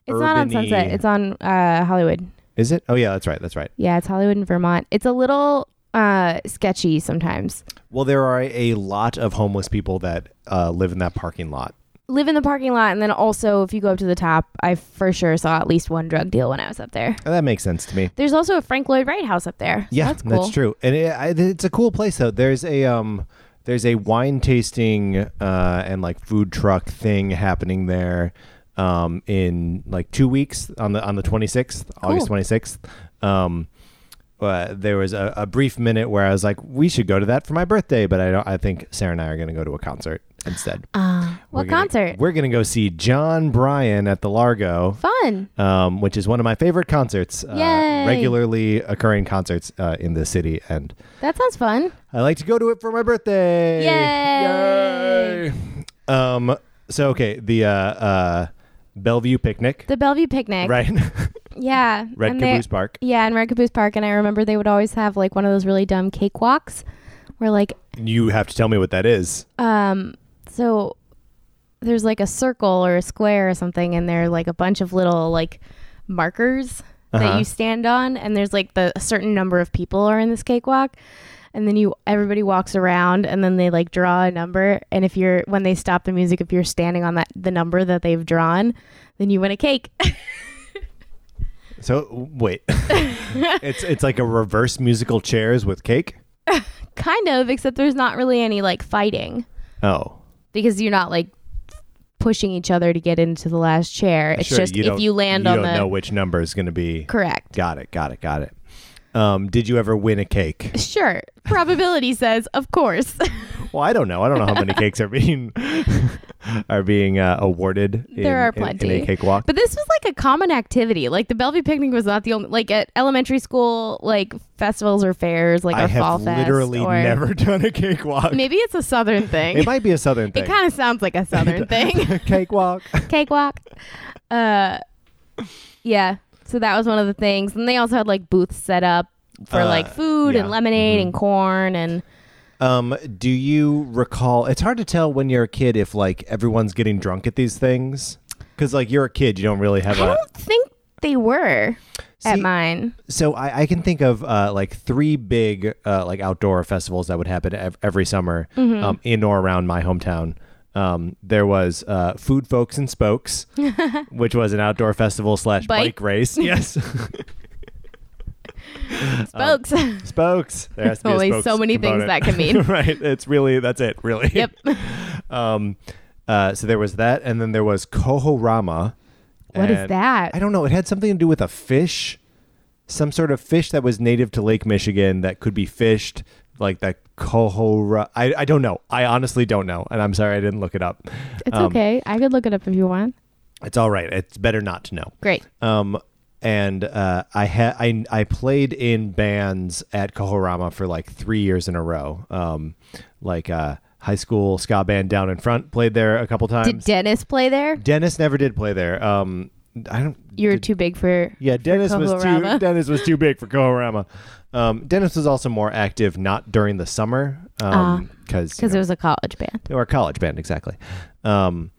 [SPEAKER 1] it's not on
[SPEAKER 2] urban-y-
[SPEAKER 1] Sunset. It's on uh, Hollywood.
[SPEAKER 2] Is it? Oh yeah, that's right. That's right.
[SPEAKER 1] Yeah, it's Hollywood and Vermont. It's a little uh, sketchy sometimes.
[SPEAKER 2] Well, there are a lot of homeless people that uh, live in that parking lot.
[SPEAKER 1] Live in the parking lot, and then also if you go up to the top, I for sure saw at least one drug deal when I was up there.
[SPEAKER 2] And that makes sense to me.
[SPEAKER 1] There's also a Frank Lloyd Wright house up there. so
[SPEAKER 2] Yeah,
[SPEAKER 1] that's cool.
[SPEAKER 2] true. And it, I, it's a cool place though. There's a um, there's a wine tasting uh, and like food truck thing happening there um, in like two weeks on the on the 26th, August 26th. Um, uh, there was a, a brief minute where I was like, we should go to that for my birthday, but I don't. I think Sarah and I are going to go to a concert. instead.
[SPEAKER 1] Uh, What
[SPEAKER 2] We're gonna-
[SPEAKER 1] concert?
[SPEAKER 2] We're going to go see John Bryan at the Largo.
[SPEAKER 1] Fun.
[SPEAKER 2] um, which is one of my favorite concerts. Uh,
[SPEAKER 1] Yay.
[SPEAKER 2] regularly occurring concerts uh, in the city, and
[SPEAKER 1] That sounds fun.
[SPEAKER 2] I like to go to it for my birthday.
[SPEAKER 1] Yay.
[SPEAKER 2] Yay. Um. So okay, the uh, uh, Bellevue picnic,
[SPEAKER 1] The Bellevue Picnic.
[SPEAKER 2] right?
[SPEAKER 1] Yeah.
[SPEAKER 2] Red
[SPEAKER 1] and they-
[SPEAKER 2] Caboose Park.
[SPEAKER 1] Yeah, in Red Caboose Park. And I remember they would always have like one of those really dumb cakewalks where like
[SPEAKER 2] You have to tell me what that is.
[SPEAKER 1] Um, so there's like a circle or a square or something, and there are like a bunch of little like markers
[SPEAKER 2] Uh-huh.
[SPEAKER 1] that you stand on, and there's like the a certain number of people are in this cakewalk. And then you, everybody walks around, and then they like draw a number. And if you're, when they stop the music, if you're standing on that the number that they've drawn, then you win a cake.
[SPEAKER 2] So wait, it's it's like a reverse musical chairs with cake.
[SPEAKER 1] kind of, except there's not really any like fighting
[SPEAKER 2] Oh,
[SPEAKER 1] because you're not like pushing each other to get into the last chair. It's
[SPEAKER 2] sure,
[SPEAKER 1] just if
[SPEAKER 2] don't-
[SPEAKER 1] you land
[SPEAKER 2] you
[SPEAKER 1] on
[SPEAKER 2] don't
[SPEAKER 1] the
[SPEAKER 2] know which number is going to be.
[SPEAKER 1] correct.
[SPEAKER 2] Got it. Got it. Got it. Um, did you ever win a cake?
[SPEAKER 1] Sure. Probability says, of course.
[SPEAKER 2] Well, I don't know. I don't know how many cakes are being are being uh, awarded. In,
[SPEAKER 1] There are
[SPEAKER 2] in-
[SPEAKER 1] plenty.
[SPEAKER 2] in, a cakewalk.
[SPEAKER 1] but this was like a common activity. Like the Bellevue picnic was not the only like at elementary school like festivals or fairs like
[SPEAKER 2] I
[SPEAKER 1] a fall
[SPEAKER 2] have
[SPEAKER 1] fest.
[SPEAKER 2] literally
[SPEAKER 1] or-
[SPEAKER 2] never done a cakewalk.
[SPEAKER 1] Maybe it's a southern thing.
[SPEAKER 2] It might be a southern thing.
[SPEAKER 1] it kind of sounds like a southern thing.
[SPEAKER 2] cakewalk.
[SPEAKER 1] Cakewalk. Uh, yeah. So that was one of the things, and they also had like booths set up for
[SPEAKER 2] Uh,
[SPEAKER 1] like food
[SPEAKER 2] yeah. Mm-hmm.
[SPEAKER 1] and lemonade and corn and
[SPEAKER 2] Um, do you recall? It's hard to tell when you're a kid if like everyone's getting drunk at these things because like you're a kid, you don't really have
[SPEAKER 1] I
[SPEAKER 2] a.
[SPEAKER 1] don't think they were at
[SPEAKER 2] See,
[SPEAKER 1] mine.
[SPEAKER 2] So I, I can think of uh, like three big uh, like outdoor festivals that would happen ev- every summer um, in or around my hometown. Um, there was uh, Food Folks and Spokes, which was an outdoor festival slash bike.
[SPEAKER 1] Bike.
[SPEAKER 2] race. Yes, um,
[SPEAKER 1] Spokes.
[SPEAKER 2] Spokes. There has to be a
[SPEAKER 1] Only
[SPEAKER 2] Spokes
[SPEAKER 1] so many things
[SPEAKER 2] component.
[SPEAKER 1] that can mean.
[SPEAKER 2] right. It's really that's it. Really.
[SPEAKER 1] yep.
[SPEAKER 2] Um, uh, so there was that, and then there was Kohorama.
[SPEAKER 1] What is that?
[SPEAKER 2] I don't know. It had something to do with a fish, some sort of fish that was native to Lake Michigan that could be fished, like that Kohora. I, I don't know. I honestly don't know, and I'm sorry I didn't look it up.
[SPEAKER 1] It's
[SPEAKER 2] Um,
[SPEAKER 1] okay. I could look it up if you want.
[SPEAKER 2] It's all right. It's better not to know.
[SPEAKER 1] Great.
[SPEAKER 2] Um, and uh, I had I I played in bands at Kohorama for like three years in a row. Um, like uh, high school ska band down in front played there a couple times.
[SPEAKER 1] Did Dennis play there?
[SPEAKER 2] Dennis never did play there. Um, I don't.
[SPEAKER 1] You were
[SPEAKER 2] did-
[SPEAKER 1] too big for.
[SPEAKER 2] Yeah, Dennis was too.
[SPEAKER 1] Kohorama.
[SPEAKER 2] Dennis was too big for Kohorama. Um, Dennis was also more active not during the summer because um, because
[SPEAKER 1] Because Ah, it was a college band.
[SPEAKER 2] or a college band exactly. Um,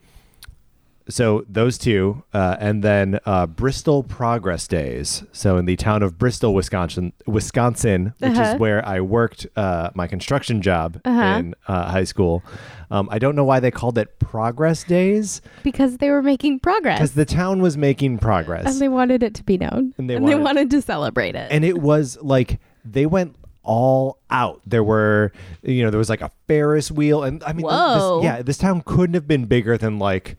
[SPEAKER 2] so those two, uh, and then uh, Bristol Progress Days. So in the town of Bristol, Wisconsin, Wisconsin, which
[SPEAKER 1] Uh-huh.
[SPEAKER 2] is where I worked uh, my construction job
[SPEAKER 1] Uh-huh.
[SPEAKER 2] in uh, high school. Um, I don't know why they called it Progress Days
[SPEAKER 1] Because they were making
[SPEAKER 2] because
[SPEAKER 1] progress.
[SPEAKER 2] the town was making progress.
[SPEAKER 1] And they wanted it to be known.
[SPEAKER 2] And they wanted-
[SPEAKER 1] wanted, to celebrate it.
[SPEAKER 2] and it was like they went all out. There were, you know, there was like a Ferris wheel, and I mean, th- this-
[SPEAKER 1] Whoa.
[SPEAKER 2] yeah, this town couldn't have been bigger than like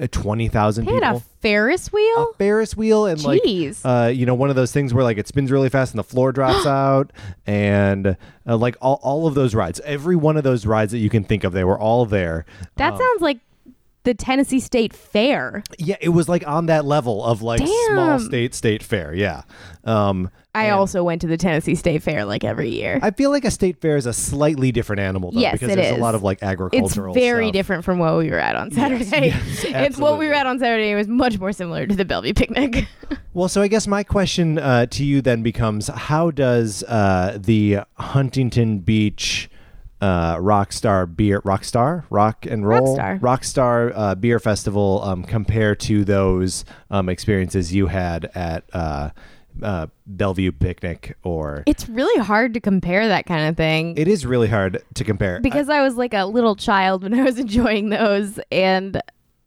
[SPEAKER 2] uh, twenty thousand
[SPEAKER 1] they had
[SPEAKER 2] people.
[SPEAKER 1] a Ferris wheel?
[SPEAKER 2] A Ferris wheel and
[SPEAKER 1] Jeez.
[SPEAKER 2] like, uh, you know, one of those things where like it spins really fast and the floor drops out, and uh, like all, all of those rides, every one of those rides that you can think of, they were all there.
[SPEAKER 1] that sounds like the Tennessee State Fair.
[SPEAKER 2] Yeah, it was like on that level of like small
[SPEAKER 1] Damn.
[SPEAKER 2] state state fair. Yeah, um,
[SPEAKER 1] I also went to the Tennessee State Fair like every year.
[SPEAKER 2] I feel like a state fair is a slightly different animal, though,
[SPEAKER 1] Yes,
[SPEAKER 2] because
[SPEAKER 1] it
[SPEAKER 2] there's a
[SPEAKER 1] is.
[SPEAKER 2] lot of like
[SPEAKER 1] it's
[SPEAKER 2] agricultural.
[SPEAKER 1] very
[SPEAKER 2] stuff.
[SPEAKER 1] different from what we were at on Saturday. it's what
[SPEAKER 2] absolutely.
[SPEAKER 1] we were at on Saturday was much more similar to the Bellevue picnic.
[SPEAKER 2] Well, so I guess my question uh, to you then becomes: How does uh, the Huntington Beach uh, rock star beer, rock star, rock and roll,
[SPEAKER 1] Rockstar.
[SPEAKER 2] rock star uh, beer festival um, compare to those um, experiences you had at uh, uh, Bellevue Picnic? Or
[SPEAKER 1] it's really hard to compare that kind of thing.
[SPEAKER 2] it is really hard to compare
[SPEAKER 1] because I, was like a little child when I was enjoying those, and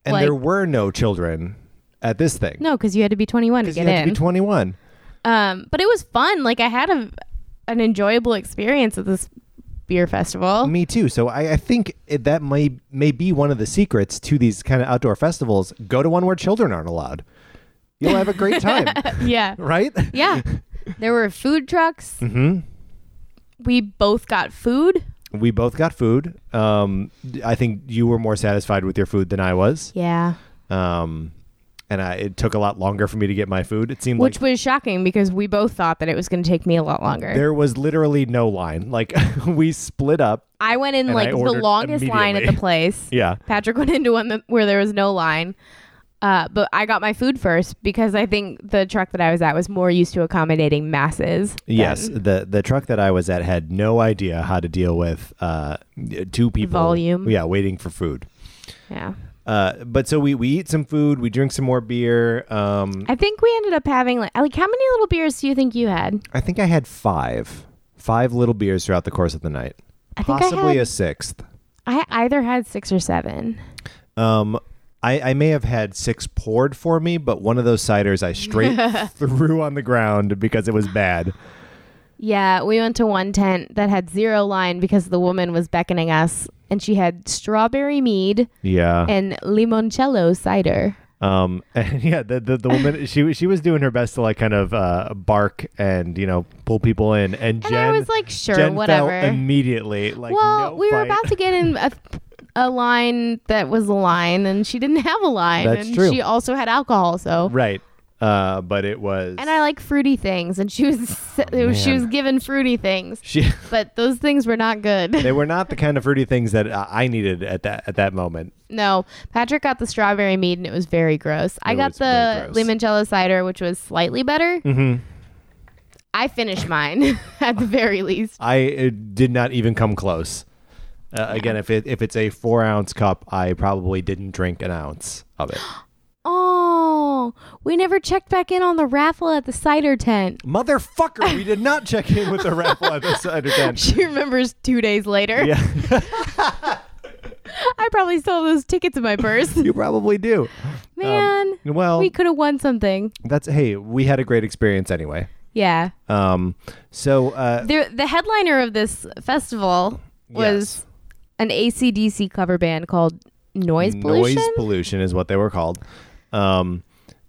[SPEAKER 2] and
[SPEAKER 1] like,
[SPEAKER 2] there were no children at this thing.
[SPEAKER 1] no, because you had to be 21 to
[SPEAKER 2] 'Cause
[SPEAKER 1] get
[SPEAKER 2] you had
[SPEAKER 1] in.
[SPEAKER 2] to be 21.
[SPEAKER 1] um, but it was fun. Like I had a an enjoyable experience at this beer festival.
[SPEAKER 2] Me too. So I, I think it, that may may be one of the secrets to these kind of outdoor festivals. Go to one where children aren't allowed. You'll have a great time,
[SPEAKER 1] yeah,
[SPEAKER 2] right? Mm-hmm.
[SPEAKER 1] yeah. There were food trucks. We both got food.
[SPEAKER 2] We both got food. Um, I think you were more satisfied with your food than I was.
[SPEAKER 1] Yeah.
[SPEAKER 2] Um, and I, it took a lot longer for me to get my food. It seemed
[SPEAKER 1] Which
[SPEAKER 2] like
[SPEAKER 1] was shocking because we both thought that it was going to take me a lot longer.
[SPEAKER 2] there was literally no line. Like we split up.
[SPEAKER 1] I went in
[SPEAKER 2] And I
[SPEAKER 1] like the
[SPEAKER 2] ordered
[SPEAKER 1] longest line at the
[SPEAKER 2] immediately.
[SPEAKER 1] place.
[SPEAKER 2] Yeah.
[SPEAKER 1] Patrick went into one that, where there was no line. Uh, but I got my food first because I think the truck that I was at was more used to accommodating masses. than
[SPEAKER 2] Yes, the the truck that I was at had no idea how to deal with uh, two people
[SPEAKER 1] Volume.
[SPEAKER 2] Yeah, waiting for food.
[SPEAKER 1] Yeah.
[SPEAKER 2] Uh, but so we, we eat some food, we drink some more beer. Um,
[SPEAKER 1] I think we ended up having like, like how many little beers do you think you had?
[SPEAKER 2] I think I had five, five little beers throughout the course of the night.
[SPEAKER 1] I think I
[SPEAKER 2] Possibly
[SPEAKER 1] had-
[SPEAKER 2] a sixth.
[SPEAKER 1] I either had six or seven.
[SPEAKER 2] Um, I, I may have had six poured for me, but one of those ciders I straight threw on the ground because it was bad.
[SPEAKER 1] Yeah, we went to one tent that had zero line because the woman was beckoning us, and she had strawberry mead
[SPEAKER 2] Yeah.
[SPEAKER 1] and limoncello cider.
[SPEAKER 2] Um, and yeah, the, the, the woman, she, was- she was doing her best to like kind of, uh, bark and, you know, pull people in. And,
[SPEAKER 1] And
[SPEAKER 2] Jen,
[SPEAKER 1] I was like, sure,
[SPEAKER 2] Jen fell
[SPEAKER 1] whatever.
[SPEAKER 2] immediately. Like,
[SPEAKER 1] well,
[SPEAKER 2] no
[SPEAKER 1] we were
[SPEAKER 2] fight.
[SPEAKER 1] about to get in a, a line that was a line, and she didn't have a line.
[SPEAKER 2] That's
[SPEAKER 1] and
[SPEAKER 2] true.
[SPEAKER 1] She also had alcohol, so.
[SPEAKER 2] Right. Uh, but it was.
[SPEAKER 1] And I like fruity things, and she was she
[SPEAKER 2] man.
[SPEAKER 1] was given fruity things,
[SPEAKER 2] She,
[SPEAKER 1] but those things were not good.
[SPEAKER 2] they were not the kind of fruity things that uh, I needed at that at that moment.
[SPEAKER 1] No, Patrick got the strawberry mead and it was very gross. I
[SPEAKER 2] It
[SPEAKER 1] got
[SPEAKER 2] was very
[SPEAKER 1] the
[SPEAKER 2] gross. Mm.
[SPEAKER 1] limoncello cider, which was slightly better. Mm-hmm. I finished mine at the very least.
[SPEAKER 2] I uh did not even come close. Uh, again, if it if it's a four ounce cup, I probably didn't drink an ounce of it.
[SPEAKER 1] Oh, we never checked back in on the raffle at the cider tent.
[SPEAKER 2] Motherfucker, we did not check in with the raffle at the cider tent.
[SPEAKER 1] She remembers two days later.
[SPEAKER 2] Yeah,
[SPEAKER 1] I probably stole those tickets in my purse.
[SPEAKER 2] you probably do.
[SPEAKER 1] Man,
[SPEAKER 2] Um, Well,
[SPEAKER 1] we could have won something.
[SPEAKER 2] that's hey, we had a great experience anyway.
[SPEAKER 1] Yeah.
[SPEAKER 2] Um, so uh,
[SPEAKER 1] The, the headliner of this festival was
[SPEAKER 2] yes.
[SPEAKER 1] an ACDC cover band called Noise Pollution.
[SPEAKER 2] noise pollution is what they were called. Um,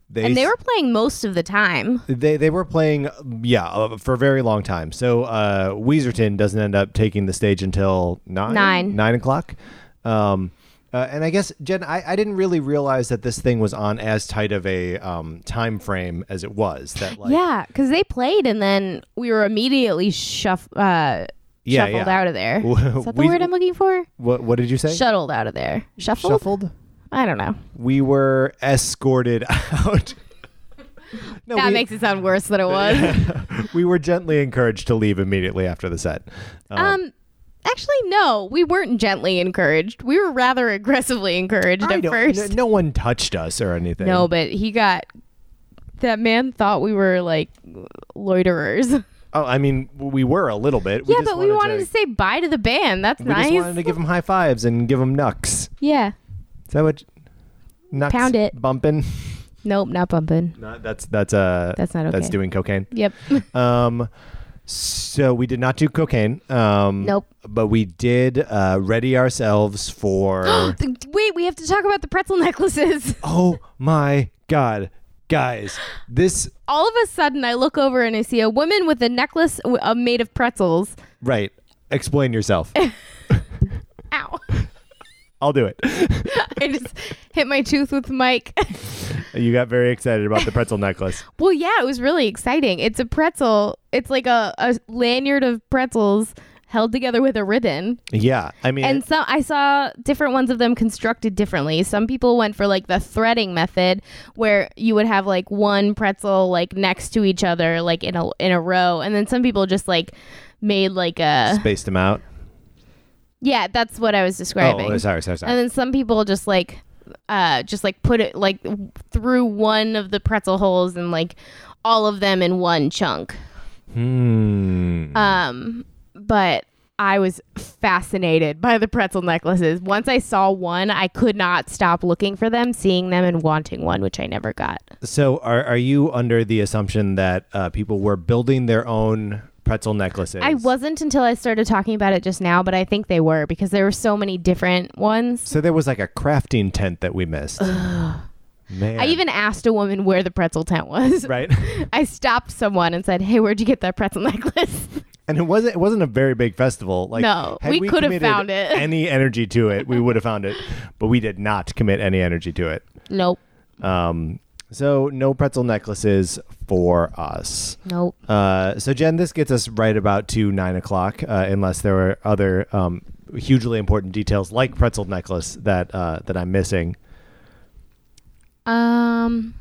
[SPEAKER 2] they
[SPEAKER 1] and they
[SPEAKER 2] s-
[SPEAKER 1] were playing most of the time.
[SPEAKER 2] They they were playing yeah uh, for a very long time. So uh, Weezerton doesn't end up taking the stage until nine
[SPEAKER 1] Nine.
[SPEAKER 2] nine o'clock. Um, uh, and I guess Jen, I, I didn't really realize that this thing was on as tight of a um, time frame as it was. That like
[SPEAKER 1] Yeah, because they played and then we were immediately shuff, uh,
[SPEAKER 2] Yeah,
[SPEAKER 1] shuffled
[SPEAKER 2] yeah.
[SPEAKER 1] out of there.
[SPEAKER 2] W-
[SPEAKER 1] Is that the
[SPEAKER 2] we-
[SPEAKER 1] word I'm looking for?
[SPEAKER 2] what what did you say?
[SPEAKER 1] Shuttled out of there. Shuffled?
[SPEAKER 2] Shuffled.
[SPEAKER 1] I don't know.
[SPEAKER 2] We were escorted out. no,
[SPEAKER 1] That
[SPEAKER 2] we,
[SPEAKER 1] makes it sound worse than it was.
[SPEAKER 2] we were gently encouraged to leave immediately after the set.
[SPEAKER 1] um, actually, no, we weren't gently encouraged. We were rather aggressively encouraged
[SPEAKER 2] I
[SPEAKER 1] at
[SPEAKER 2] don't-
[SPEAKER 1] first.
[SPEAKER 2] no, no one touched us or anything.
[SPEAKER 1] No, but he got. That man thought we were like loiterers. yeah,
[SPEAKER 2] Oh, I mean, we were a little bit. We just
[SPEAKER 1] but we wanted to
[SPEAKER 2] to,
[SPEAKER 1] say bye to the band. That's
[SPEAKER 2] we
[SPEAKER 1] nice.
[SPEAKER 2] just wanted to give them high fives and give them knucks. Is
[SPEAKER 1] yeah.
[SPEAKER 2] that what? Knucks,
[SPEAKER 1] Pound it.
[SPEAKER 2] bumping.
[SPEAKER 1] Nope, not bumping.
[SPEAKER 2] No, that's that's uh
[SPEAKER 1] That's not
[SPEAKER 2] That's
[SPEAKER 1] okay.
[SPEAKER 2] doing cocaine.
[SPEAKER 1] Yep.
[SPEAKER 2] Um, so we did not do cocaine. Um,
[SPEAKER 1] Nope.
[SPEAKER 2] But we did uh, ready ourselves for.
[SPEAKER 1] Wait, we have to talk about the pretzel necklaces.
[SPEAKER 2] oh my god, guys! This
[SPEAKER 1] All of a sudden, I look over and I see a woman with a necklace w- uh, made of pretzels.
[SPEAKER 2] right. Explain yourself.
[SPEAKER 1] Ow.
[SPEAKER 2] I'll do it.
[SPEAKER 1] I just hit my tooth with the mic.
[SPEAKER 2] You got very excited about the pretzel necklace.
[SPEAKER 1] well, yeah, it was really exciting. It's a pretzel, it's like a, a lanyard of pretzels held together with a ribbon.
[SPEAKER 2] Yeah, I mean,
[SPEAKER 1] And some I saw different ones of them constructed differently. Some people went for like the threading method where you would have like one pretzel like next to each other like in a in a row and then some people just like made like a
[SPEAKER 2] spaced them out.
[SPEAKER 1] Yeah, that's what I was describing.
[SPEAKER 2] Oh, sorry, sorry, sorry.
[SPEAKER 1] And then some people just like uh just like put it like through one of the pretzel holes and like all of them in one chunk.
[SPEAKER 2] Hmm.
[SPEAKER 1] Um, but I was fascinated by the pretzel necklaces. Once I saw one, I could not stop looking for them, seeing them, and wanting one, which I never got.
[SPEAKER 2] So, are, are you under the assumption that uh, people were building their own pretzel necklaces?
[SPEAKER 1] I wasn't until I started talking about it just now, but I think they were because there were so many different ones.
[SPEAKER 2] So there was like a crafting tent that we missed. Man.
[SPEAKER 1] I even asked a woman where the pretzel tent was.
[SPEAKER 2] right.
[SPEAKER 1] I stopped someone and said, "Hey, where'd you get that pretzel necklace?"
[SPEAKER 2] And it wasn't it wasn't a very big festival. Like
[SPEAKER 1] No,
[SPEAKER 2] had
[SPEAKER 1] we could have
[SPEAKER 2] committed
[SPEAKER 1] found it.
[SPEAKER 2] Any energy to it, we would have found it, but we did not commit any energy to it.
[SPEAKER 1] Nope.
[SPEAKER 2] Um, so no pretzel necklaces for us.
[SPEAKER 1] Nope.
[SPEAKER 2] Uh, so Jen, this gets us right about to nine o'clock, uh, unless there were other um, hugely important details like pretzel necklace that uh, that I'm missing.
[SPEAKER 1] Um,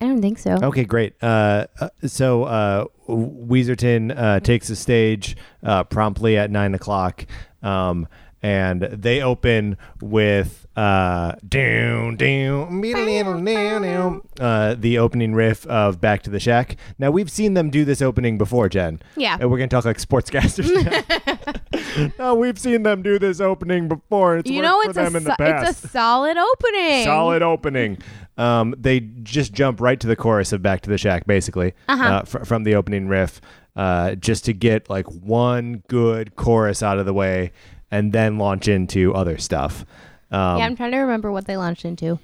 [SPEAKER 1] I don't think so.
[SPEAKER 2] Okay, great. Uh, uh, so uh, Weezerton
[SPEAKER 1] Mm-hmm.
[SPEAKER 2] uh, takes the stage uh, promptly at nine o'clock, um, and they open with uh, down, down, down, down, uh, the opening riff of "Back to the Shack." Now we've seen them do this opening before, Jen.
[SPEAKER 1] Yeah.
[SPEAKER 2] and we're gonna talk like sportscasters. now. no, we've seen them do this opening before. It's
[SPEAKER 1] You
[SPEAKER 2] worked
[SPEAKER 1] know,
[SPEAKER 2] for
[SPEAKER 1] it's a
[SPEAKER 2] them in the
[SPEAKER 1] so-
[SPEAKER 2] past.
[SPEAKER 1] it's a solid opening.
[SPEAKER 2] Solid opening. Um, they just jump right to the chorus of "Back to the Shack," basically,
[SPEAKER 1] Uh-huh.
[SPEAKER 2] uh, fr- from the opening riff, uh, just to get like one good chorus out of the way, and then launch into other stuff. Um,
[SPEAKER 1] yeah, I'm trying to remember what they launched into.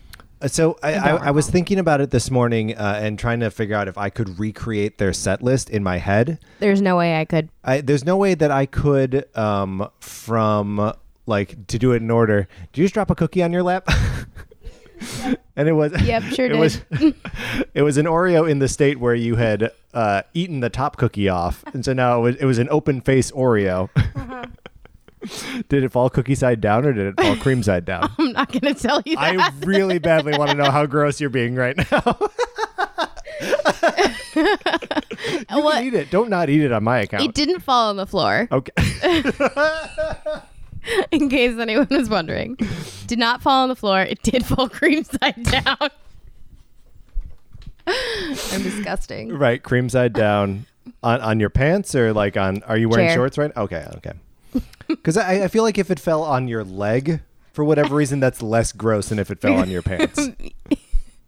[SPEAKER 2] so I, I, I was thinking about it this morning uh, and trying to figure out if I could recreate their set list in my head.
[SPEAKER 1] There's no way I could.
[SPEAKER 2] I, there's no way that I could um, from like to do it in order. Did you just drop a cookie on your lap? and it was
[SPEAKER 1] Yep, sure
[SPEAKER 2] it
[SPEAKER 1] did.
[SPEAKER 2] was it was an Oreo in the state where you had uh, eaten the top cookie off, and so now it was it was an open face Oreo.
[SPEAKER 1] Uh-huh.
[SPEAKER 2] did it fall cookie side down or did it fall cream side down?
[SPEAKER 1] I'm not gonna tell you that.
[SPEAKER 2] I really badly want to know how gross you're being right now. you can
[SPEAKER 1] Well,
[SPEAKER 2] eat it. Oh. Don't not eat it on my account.
[SPEAKER 1] it didn't fall on the floor,
[SPEAKER 2] okay.
[SPEAKER 1] in case anyone was wondering. Did not fall on the floor. It did fall cream side down. I'm disgusting.
[SPEAKER 2] Right, cream side down on on your pants or like on are you wearing
[SPEAKER 1] Chair.
[SPEAKER 2] shorts right? Okay, okay. Because I, I feel like if it fell on your leg for whatever reason, that's less gross than if it fell on your pants.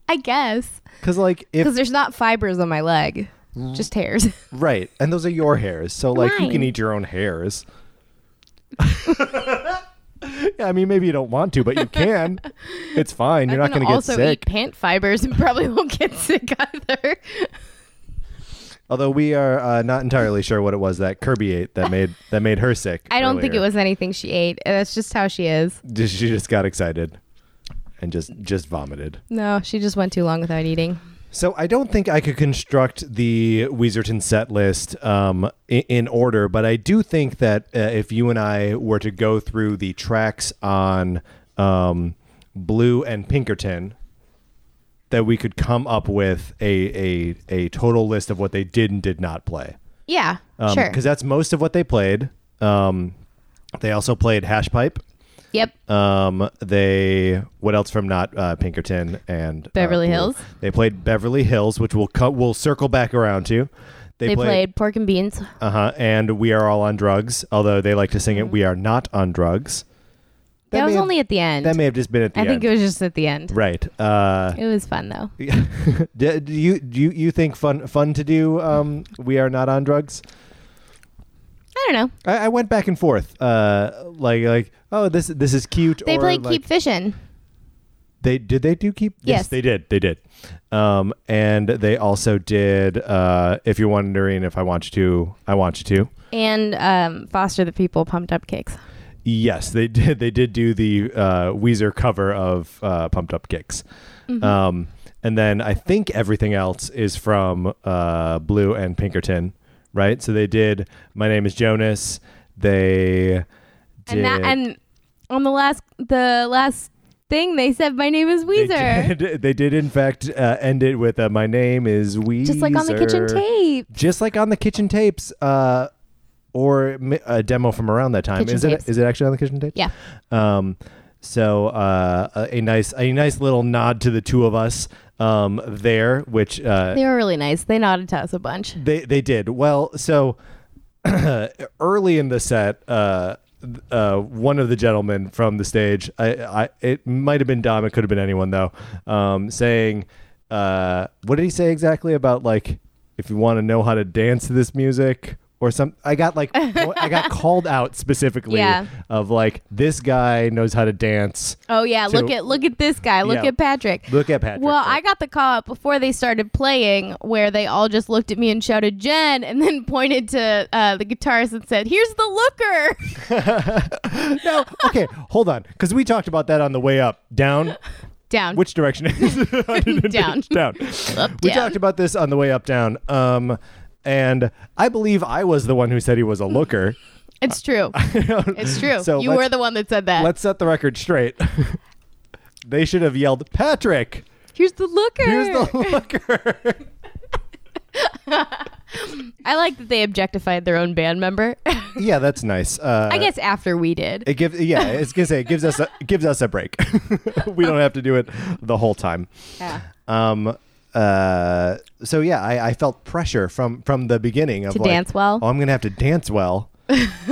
[SPEAKER 1] I guess
[SPEAKER 2] Because like
[SPEAKER 1] because
[SPEAKER 2] if
[SPEAKER 1] there's not fibers on my leg, just hairs.
[SPEAKER 2] right, and those are your hairs, so like you
[SPEAKER 1] Mine.
[SPEAKER 2] can eat your own hairs. yeah, I mean maybe you don't want to, but you can. It's fine. You're
[SPEAKER 1] I
[SPEAKER 2] not
[SPEAKER 1] can
[SPEAKER 2] going to get
[SPEAKER 1] also
[SPEAKER 2] sick.
[SPEAKER 1] eat pant fibers and probably won't get sick either.
[SPEAKER 2] Although we are uh, not entirely sure what it was that Kirby ate that made that made her sick.
[SPEAKER 1] I don't think it
[SPEAKER 2] earlier.
[SPEAKER 1] was anything she ate. That's just how she is.
[SPEAKER 2] Just- She just got excited and just just vomited.
[SPEAKER 1] No, she just went too long without eating.
[SPEAKER 2] So I don't think I could construct the Weezerton set list um, in, in order, but I do think that uh, if you and I were to go through the tracks on um, Blue and Pinkerton, that we could come up with a, a a total list of what they did and did not play.
[SPEAKER 1] Yeah,
[SPEAKER 2] Um,
[SPEAKER 1] sure.
[SPEAKER 2] Because that's most of what they played. Um, they also played Hash Pipe.
[SPEAKER 1] Yep.
[SPEAKER 2] Um, they what else from not uh, Pinkerton and uh,
[SPEAKER 1] Beverly
[SPEAKER 2] Blue?
[SPEAKER 1] Hills?
[SPEAKER 2] They played Beverly Hills, which we'll cut. We'll circle back around to. They,
[SPEAKER 1] They played pork and beans.
[SPEAKER 2] uh huh, and we are all on drugs. Although they like to sing it, we are not on drugs.
[SPEAKER 1] Mm-hmm. That, was
[SPEAKER 2] may have-
[SPEAKER 1] only at the end.
[SPEAKER 2] that may have just been at the
[SPEAKER 1] I
[SPEAKER 2] end.
[SPEAKER 1] think it was just at the end.
[SPEAKER 2] right. Uh,
[SPEAKER 1] It was fun though.
[SPEAKER 2] do, do you do you, you think fun fun to do? Um, we are not on drugs.
[SPEAKER 1] I don't know.
[SPEAKER 2] I, I went back and forth. Uh, like like oh this this is cute.
[SPEAKER 1] They
[SPEAKER 2] or
[SPEAKER 1] played
[SPEAKER 2] like,
[SPEAKER 1] keep fishing.
[SPEAKER 2] They did they do keep
[SPEAKER 1] Yes.
[SPEAKER 2] they did they did, um, and they also did. Uh, if you're wondering if I want you to, I want you to.
[SPEAKER 1] And um, Foster the People pumped up kicks.
[SPEAKER 2] Yes, they did. They did do the uh, Weezer cover of uh, "Pumped Up Kicks,"
[SPEAKER 1] Mm-hmm.
[SPEAKER 2] um, and then I think everything else is from uh, Blue and Pinkerton, right? So they did. My name is Jonas. They
[SPEAKER 1] And
[SPEAKER 2] did.
[SPEAKER 1] that and on the last the last thing they said my name is
[SPEAKER 2] they
[SPEAKER 1] Weezer.
[SPEAKER 2] did, they did in fact uh, end it with uh, my name is Weezer.
[SPEAKER 1] Just like on the kitchen tape.
[SPEAKER 2] just like on the kitchen tapes uh or mi- a demo from around that time
[SPEAKER 1] Kitchen
[SPEAKER 2] is it is
[SPEAKER 1] tapes.
[SPEAKER 2] it actually on the kitchen tape
[SPEAKER 1] Yeah.
[SPEAKER 2] um so uh a, a nice a nice little nod to the two of us um there which uh
[SPEAKER 1] They were really nice. They nodded to us a bunch.
[SPEAKER 2] they they did well. So early in the set, uh, th- uh, one of the gentlemen from the stage, I, I it might have been Dom, it could have been anyone though, um, saying, uh, what did he say exactly about like if you want to know how to dance to this music, or some I got like po- I got called out specifically
[SPEAKER 1] Yeah.
[SPEAKER 2] of like this guy knows how to dance.
[SPEAKER 1] Oh yeah,
[SPEAKER 2] So-
[SPEAKER 1] look at look at this guy. Look
[SPEAKER 2] Yeah.
[SPEAKER 1] at Patrick.
[SPEAKER 2] Look at Patrick.
[SPEAKER 1] Well, I
[SPEAKER 2] Like,
[SPEAKER 1] got the call up before they started playing, where they all just looked at me and shouted "Jen," and then pointed to uh, the guitarist and said, "Here's the looker."
[SPEAKER 2] no, okay, hold on cuz we talked about that on the way up. Down
[SPEAKER 1] Down.
[SPEAKER 2] which direction?
[SPEAKER 1] Down.
[SPEAKER 2] down. we
[SPEAKER 1] down.
[SPEAKER 2] talked about this on the way up down. Um and I believe I was the one who said he was a looker.
[SPEAKER 1] it's true. It's true.
[SPEAKER 2] So
[SPEAKER 1] you
[SPEAKER 2] let's-
[SPEAKER 1] were the one that said that.
[SPEAKER 2] Let's set the record straight. they should have yelled, "Patrick,
[SPEAKER 1] Here's the looker.
[SPEAKER 2] here's the looker."
[SPEAKER 1] I like that they objectified their own band member.
[SPEAKER 2] yeah, that's nice. Uh,
[SPEAKER 1] I guess after we did.
[SPEAKER 2] It gives yeah, it's gonna say it gives us a, it gives us a break. we don't have to do it the whole time.
[SPEAKER 1] Yeah.
[SPEAKER 2] Um, uh, so yeah, I, I felt pressure from from the beginning of
[SPEAKER 1] To
[SPEAKER 2] like,
[SPEAKER 1] dance well?
[SPEAKER 2] Oh, I'm gonna have to dance well,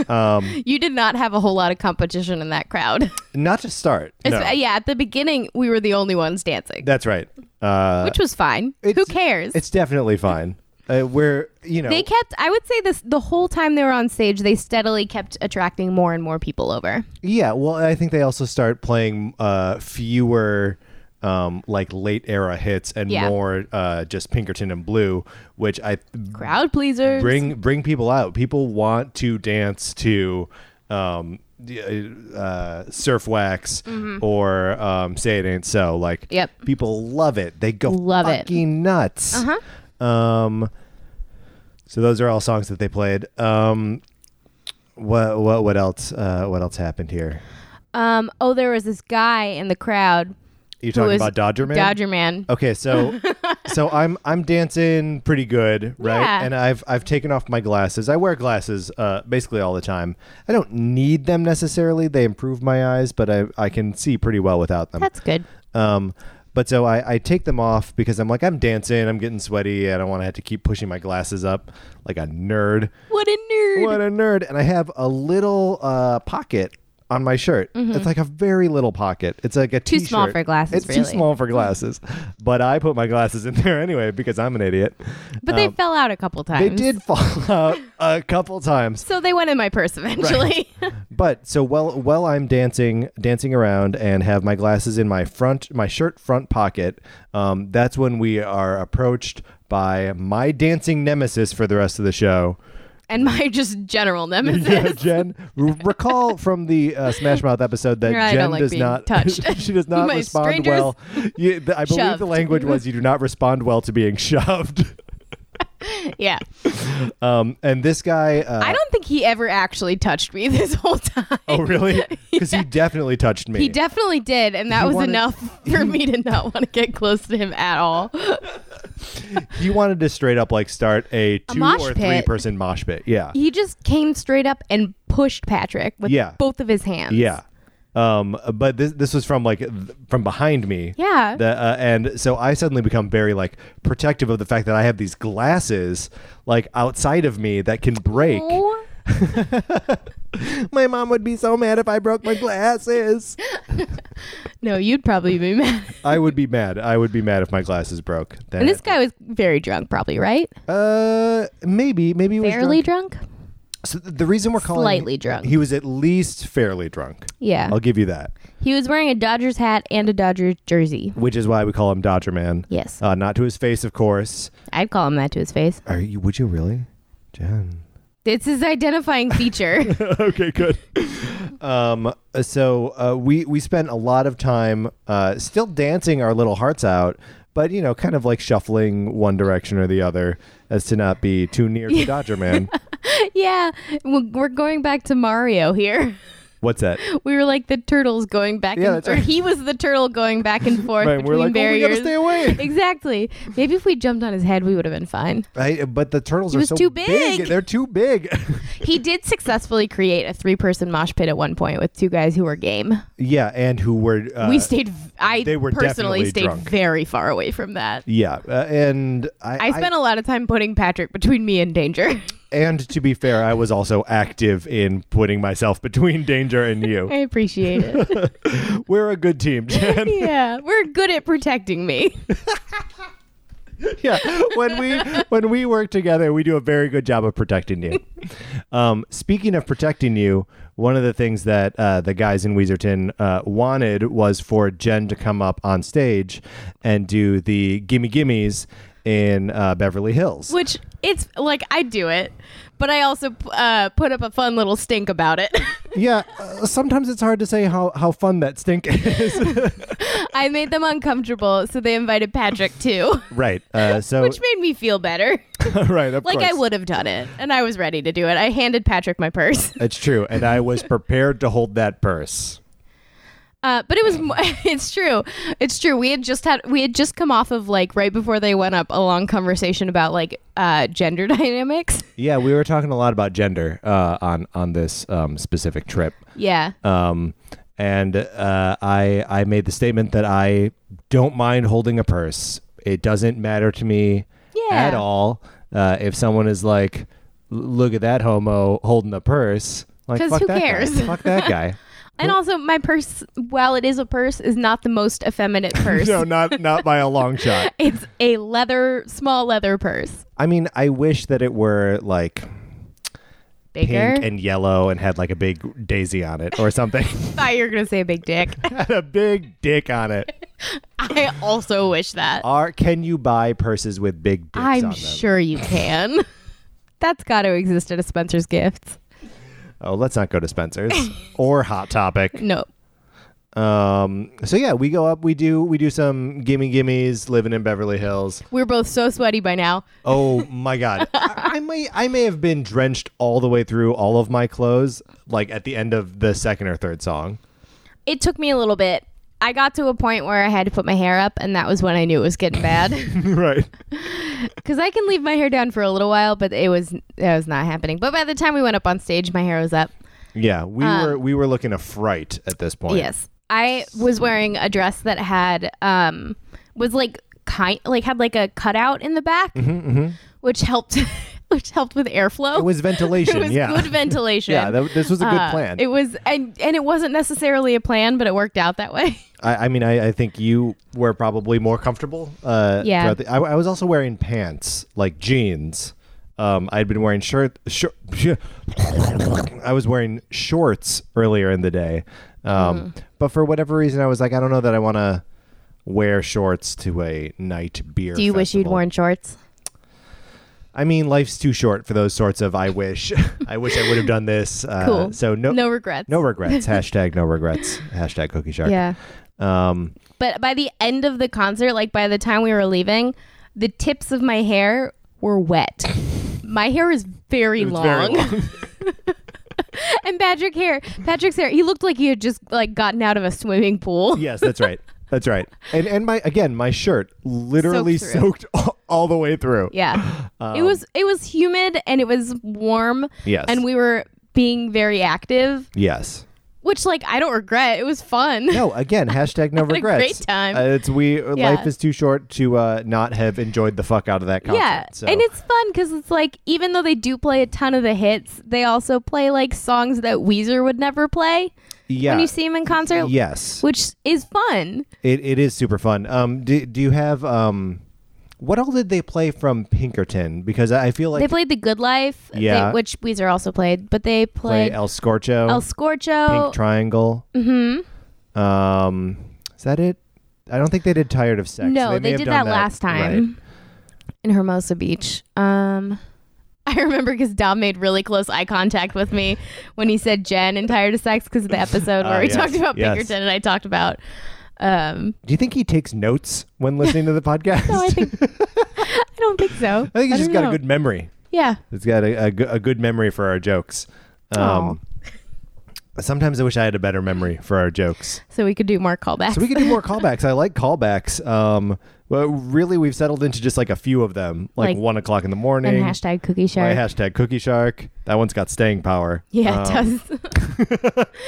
[SPEAKER 1] You did not have a whole lot of competition in that crowd.
[SPEAKER 2] not to start. No.
[SPEAKER 1] It's- Yeah, at the beginning, we were the only ones dancing,
[SPEAKER 2] That's right. Uh,
[SPEAKER 1] which was fine. Who
[SPEAKER 2] it's-
[SPEAKER 1] cares?
[SPEAKER 2] It's definitely fine. Uh, we're you know
[SPEAKER 1] They kept, I would say this the whole time they were on stage, they steadily kept attracting more and more people over.
[SPEAKER 2] Yeah, well, I think they also start playing uh, fewer um, like late era hits and
[SPEAKER 1] Yeah.
[SPEAKER 2] more uh, just Pinkerton and Blue, which I
[SPEAKER 1] Crowd pleasers.
[SPEAKER 2] bring bring people out. People want to dance to um, the, uh, Surf Wax or um, Say It Ain't So. Like,
[SPEAKER 1] Mm-hmm. Yep.
[SPEAKER 2] people love it. They go
[SPEAKER 1] Love it.
[SPEAKER 2] fucking nuts.
[SPEAKER 1] Uh-huh.
[SPEAKER 2] Um, so those are all songs that they played. Um, what what what else? Uh, what else happened here?
[SPEAKER 1] Um, oh, there was this guy in the crowd.
[SPEAKER 2] You're
[SPEAKER 1] who
[SPEAKER 2] talking
[SPEAKER 1] was
[SPEAKER 2] about Dodger Man. Oh.
[SPEAKER 1] Dodger Man.
[SPEAKER 2] Okay, so so I'm I'm dancing pretty good, right?
[SPEAKER 1] Yeah.
[SPEAKER 2] And I've I've taken off my glasses. I wear glasses uh, basically all the time. I don't need them necessarily. They improve my eyes, but I I can see pretty well without them.
[SPEAKER 1] That's good.
[SPEAKER 2] Um, but so I, I take them off because I'm like I'm dancing. I'm getting sweaty. I don't want to have to keep pushing my glasses up like a nerd.
[SPEAKER 1] What a nerd.
[SPEAKER 2] What a nerd! And I have a little uh, pocket on my shirt. It's like a very little pocket. It's like a
[SPEAKER 1] Mm-hmm. Too small
[SPEAKER 2] t-shirt.
[SPEAKER 1] for glasses,
[SPEAKER 2] It's too
[SPEAKER 1] really.
[SPEAKER 2] small for glasses, but I put my glasses in there anyway because I'm an idiot.
[SPEAKER 1] but they
[SPEAKER 2] Um,
[SPEAKER 1] fell out a couple times.
[SPEAKER 2] They did fall out a couple times,
[SPEAKER 1] So they went in my purse eventually.
[SPEAKER 2] but so while while I'm dancing dancing around and have my glasses in my front my shirt front pocket, um, that's when we are approached by my dancing nemesis for the rest of the show.
[SPEAKER 1] and my just general nemesis.
[SPEAKER 2] Yeah, Jen. r- Recall from the uh, Smash Mouth episode that
[SPEAKER 1] You're right, I
[SPEAKER 2] Jen
[SPEAKER 1] don't like
[SPEAKER 2] does
[SPEAKER 1] being
[SPEAKER 2] not
[SPEAKER 1] touched.
[SPEAKER 2] she does not
[SPEAKER 1] My
[SPEAKER 2] respond
[SPEAKER 1] strangers
[SPEAKER 2] well. You, th- I believe
[SPEAKER 1] shoved.
[SPEAKER 2] the language was you do not respond well to being shoved.
[SPEAKER 1] Yeah.
[SPEAKER 2] Um, and this guy, uh,
[SPEAKER 1] I don't think he ever actually touched me this whole time.
[SPEAKER 2] oh really? Because he definitely touched me.
[SPEAKER 1] He definitely did, and that
[SPEAKER 2] He
[SPEAKER 1] was
[SPEAKER 2] wanted-
[SPEAKER 1] enough for me to not want to get close to him at all.
[SPEAKER 2] he wanted to straight up like start a two
[SPEAKER 1] mosh
[SPEAKER 2] or
[SPEAKER 1] pit.
[SPEAKER 2] three person mosh pit. Yeah,
[SPEAKER 1] He just came straight up and pushed Patrick with
[SPEAKER 2] Yeah.
[SPEAKER 1] both of his hands.
[SPEAKER 2] yeah. Um, but this this was from like th- from behind me.
[SPEAKER 1] Yeah.
[SPEAKER 2] The, uh, and so I suddenly become very like protective of the fact that I have these glasses like outside of me that can break.
[SPEAKER 1] Oh,
[SPEAKER 2] My mom would be so mad if I broke my glasses.
[SPEAKER 1] no, you'd probably be mad.
[SPEAKER 2] I would be mad. I would be mad if my glasses broke. That,
[SPEAKER 1] And this guy was very drunk, probably, right?
[SPEAKER 2] uh, maybe, maybe he was
[SPEAKER 1] Fairly
[SPEAKER 2] drunk.
[SPEAKER 1] drunk?
[SPEAKER 2] So th- the reason we're calling
[SPEAKER 1] Slightly drunk.
[SPEAKER 2] He was at least fairly drunk.
[SPEAKER 1] Yeah.
[SPEAKER 2] I'll give you that.
[SPEAKER 1] He was wearing a Dodgers hat and a Dodgers jersey.
[SPEAKER 2] Which is why we call him Dodger Man.
[SPEAKER 1] Yes.
[SPEAKER 2] Uh, not to his face, of course.
[SPEAKER 1] I'd call him that to his face.
[SPEAKER 2] Are you? Would you really, Jen?
[SPEAKER 1] It's his identifying feature.
[SPEAKER 2] okay, good. Um, so uh, we we spent a lot of time uh, still dancing our little hearts out, but you know, kind of like shuffling one direction or the other as to not be too near to Dodger Man.
[SPEAKER 1] yeah, we're we're going back to Mario here.
[SPEAKER 2] What's that?
[SPEAKER 1] We were like the turtles going back
[SPEAKER 2] Yeah,
[SPEAKER 1] and
[SPEAKER 2] that's
[SPEAKER 1] or
[SPEAKER 2] right.
[SPEAKER 1] he was the turtle going back and forth
[SPEAKER 2] Right,
[SPEAKER 1] between
[SPEAKER 2] we're like, oh, we
[SPEAKER 1] barriers.
[SPEAKER 2] gotta stay away.
[SPEAKER 1] Exactly. Maybe if we jumped on his head, we would have been fine.
[SPEAKER 2] I, but the turtles
[SPEAKER 1] He
[SPEAKER 2] are
[SPEAKER 1] was
[SPEAKER 2] so
[SPEAKER 1] too big.
[SPEAKER 2] They're too big.
[SPEAKER 1] He did successfully create a three-person mosh pit at one point with two guys who were game.
[SPEAKER 2] yeah, and who were uh,
[SPEAKER 1] we stayed. v- I
[SPEAKER 2] they were
[SPEAKER 1] personally
[SPEAKER 2] definitely
[SPEAKER 1] stayed
[SPEAKER 2] drunk.
[SPEAKER 1] very far away from that.
[SPEAKER 2] Yeah, uh, and I,
[SPEAKER 1] I spent a lot of time putting Patrick between me and danger.
[SPEAKER 2] and to be fair, I was also active in putting myself between danger and
[SPEAKER 1] I
[SPEAKER 2] you.
[SPEAKER 1] appreciate it.
[SPEAKER 2] We're a good team, Jen.
[SPEAKER 1] yeah, we're good at protecting me.
[SPEAKER 2] yeah. When we when we work together, we do a very good job of protecting you. Um, speaking of protecting you, one of the things that uh, the guys in Weezerton uh, wanted was for Jen to come up on stage and do the gimme gimmies in uh, Beverly Hills.
[SPEAKER 1] Which it's like I do it, but I also uh, put up a fun little stink about it.
[SPEAKER 2] yeah. Uh, sometimes it's hard to say how how fun that stink is.
[SPEAKER 1] I made them uncomfortable, so they invited Patrick too,
[SPEAKER 2] right. Uh, so
[SPEAKER 1] which made me feel better.
[SPEAKER 2] right. Of
[SPEAKER 1] Like
[SPEAKER 2] course.
[SPEAKER 1] I would have done it, and I was ready to do it. I handed Patrick my purse,
[SPEAKER 2] It's true, and I was prepared to hold that purse.
[SPEAKER 1] uh, but it was. mo- It's true. It's true. We had just had we had just come off of like right before they went up a long conversation about like uh, gender dynamics.
[SPEAKER 2] Yeah, we were talking a lot about gender uh, on on this um, specific trip,
[SPEAKER 1] Yeah.
[SPEAKER 2] um, and uh, I I made the statement that I don't mind holding a purse. It doesn't matter to me
[SPEAKER 1] Yeah.
[SPEAKER 2] at all uh, if someone is like, "Look at that homo holding a purse." Like,
[SPEAKER 1] 'Cause
[SPEAKER 2] fuck
[SPEAKER 1] who
[SPEAKER 2] that guy.
[SPEAKER 1] cares?
[SPEAKER 2] Fuck that guy.
[SPEAKER 1] And also, my purse, while it is a purse, is not the most effeminate purse.
[SPEAKER 2] no, not not by a long shot.
[SPEAKER 1] It's a leather, small leather purse.
[SPEAKER 2] I mean, I wish that it were like
[SPEAKER 1] Bigger.
[SPEAKER 2] pink and yellow and had like a big daisy on it or something.
[SPEAKER 1] thought you were gonna say big dick.
[SPEAKER 2] had a big dick on it.
[SPEAKER 1] I also wish that.
[SPEAKER 2] Are can you buy purses with big dicks on
[SPEAKER 1] I'm
[SPEAKER 2] them?
[SPEAKER 1] sure you can. That's got to exist at a Spencer's Gifts.
[SPEAKER 2] Oh, let's not go to Spencer's or Hot Topic.
[SPEAKER 1] No.
[SPEAKER 2] Um, so yeah, we go up, we do we do some gimme gimmies living in Beverly Hills.
[SPEAKER 1] We're both so sweaty by now.
[SPEAKER 2] Oh my god. I, I may I may have been drenched all the way through all of my clothes like at the end of the second or third song.
[SPEAKER 1] It took me a little bit. I got to a point where I had to put my hair up, and that was when I knew it was getting bad.
[SPEAKER 2] right.
[SPEAKER 1] Because I can leave my hair down for a little while, but it was it was not happening. But by the time we went up on stage, my hair was up.
[SPEAKER 2] Yeah, we were we were looking a fright at this point.
[SPEAKER 1] Uh, Yes. I was wearing a dress that had um was like kind like had like a cutout in the back which helped which helped with airflow.
[SPEAKER 2] Mm-hmm, It was ventilation,
[SPEAKER 1] It was
[SPEAKER 2] yeah.
[SPEAKER 1] good ventilation.
[SPEAKER 2] Yeah, that, this was a good
[SPEAKER 1] Uh,
[SPEAKER 2] plan.
[SPEAKER 1] It was and and it wasn't necessarily a plan, but it worked out that way.
[SPEAKER 2] I, I mean, I, I think you were probably more comfortable. Uh,
[SPEAKER 1] Yeah.
[SPEAKER 2] throughout The, I, I was also wearing pants, like jeans. Um, I'd been wearing shirt. Shor- I was wearing shorts earlier in the day, um,
[SPEAKER 1] Mm-hmm.
[SPEAKER 2] but for whatever reason, I was like, I don't know that I want to wear shorts to a night beer.
[SPEAKER 1] Do you wish you'd
[SPEAKER 2] festival.
[SPEAKER 1] worn shorts?
[SPEAKER 2] I mean, life's too short for those sorts of. I wish. I wish I would have done this. Uh,
[SPEAKER 1] Cool.
[SPEAKER 2] So no,
[SPEAKER 1] No regrets.
[SPEAKER 2] no regrets. Hashtag no regrets. Hashtag cookie shark.
[SPEAKER 1] Yeah.
[SPEAKER 2] Um,
[SPEAKER 1] But by the end of the concert, like by the time we were leaving, the tips of my hair were wet. My hair is very long. and Patrick hair, Patrick's hair, he looked like he had just like gotten out of a swimming pool.
[SPEAKER 2] Yes, that's right. That's right. And and my again, my shirt literally
[SPEAKER 1] Soaked through.
[SPEAKER 2] soaked, all, all the way through.
[SPEAKER 1] Yeah. it was it was humid and it was warm.
[SPEAKER 2] Um, Yes.
[SPEAKER 1] And we were being very active,
[SPEAKER 2] Yes.
[SPEAKER 1] which like I don't regret. It was fun.
[SPEAKER 2] No, again, hashtag no
[SPEAKER 1] a
[SPEAKER 2] regrets.
[SPEAKER 1] great time.
[SPEAKER 2] Uh, it's we
[SPEAKER 1] Yeah.
[SPEAKER 2] life is too short to uh, not have enjoyed the fuck out of that concert.
[SPEAKER 1] Yeah,
[SPEAKER 2] So-
[SPEAKER 1] and it's fun because it's like even though they do play a ton of the hits, they also play like songs that Weezer would never play
[SPEAKER 2] yeah.
[SPEAKER 1] when you see them in concert.
[SPEAKER 2] Yes.
[SPEAKER 1] which is fun.
[SPEAKER 2] It it is super fun. Um do, do you have um what all did they play from Pinkerton? Because I I feel like
[SPEAKER 1] they played "The Good Life," they-
[SPEAKER 2] Yeah.
[SPEAKER 1] which Weezer also played, but they
[SPEAKER 2] play
[SPEAKER 1] played
[SPEAKER 2] El Scorcho,
[SPEAKER 1] El
[SPEAKER 2] Pink
[SPEAKER 1] Scorcho.
[SPEAKER 2] Triangle. Mm-hmm. Um is that it? I don't think they did Tired of Sex.
[SPEAKER 1] No,
[SPEAKER 2] may
[SPEAKER 1] they
[SPEAKER 2] have
[SPEAKER 1] did
[SPEAKER 2] done
[SPEAKER 1] that last
[SPEAKER 2] Right.
[SPEAKER 1] time in Hermosa Beach. Um, I remember because Dom made really close eye contact with me when he said "Jen" and "Tired of Sex" because of the episode where
[SPEAKER 2] Ah,
[SPEAKER 1] we
[SPEAKER 2] yes,
[SPEAKER 1] talked about
[SPEAKER 2] yes.
[SPEAKER 1] Pinkerton and I talked about. Um,
[SPEAKER 2] Do you think he takes notes when listening to the podcast?
[SPEAKER 1] No, I think I don't think so.
[SPEAKER 2] I think he's
[SPEAKER 1] don't
[SPEAKER 2] just got
[SPEAKER 1] know.
[SPEAKER 2] a good memory.
[SPEAKER 1] Yeah.
[SPEAKER 2] He's got a, a g- a good memory for our jokes. Um, sometimes I wish I had a better memory for our jokes.
[SPEAKER 1] So we could do more callbacks.
[SPEAKER 2] So we could do more callbacks. I like callbacks. Um, but really, we've settled into just like a few of them, like,
[SPEAKER 1] Like-
[SPEAKER 2] one o'clock in the morning.
[SPEAKER 1] and hashtag cookie
[SPEAKER 2] my
[SPEAKER 1] shark.
[SPEAKER 2] hashtag cookie shark. That one's got staying power.
[SPEAKER 1] yeah, it
[SPEAKER 2] Um,
[SPEAKER 1] does.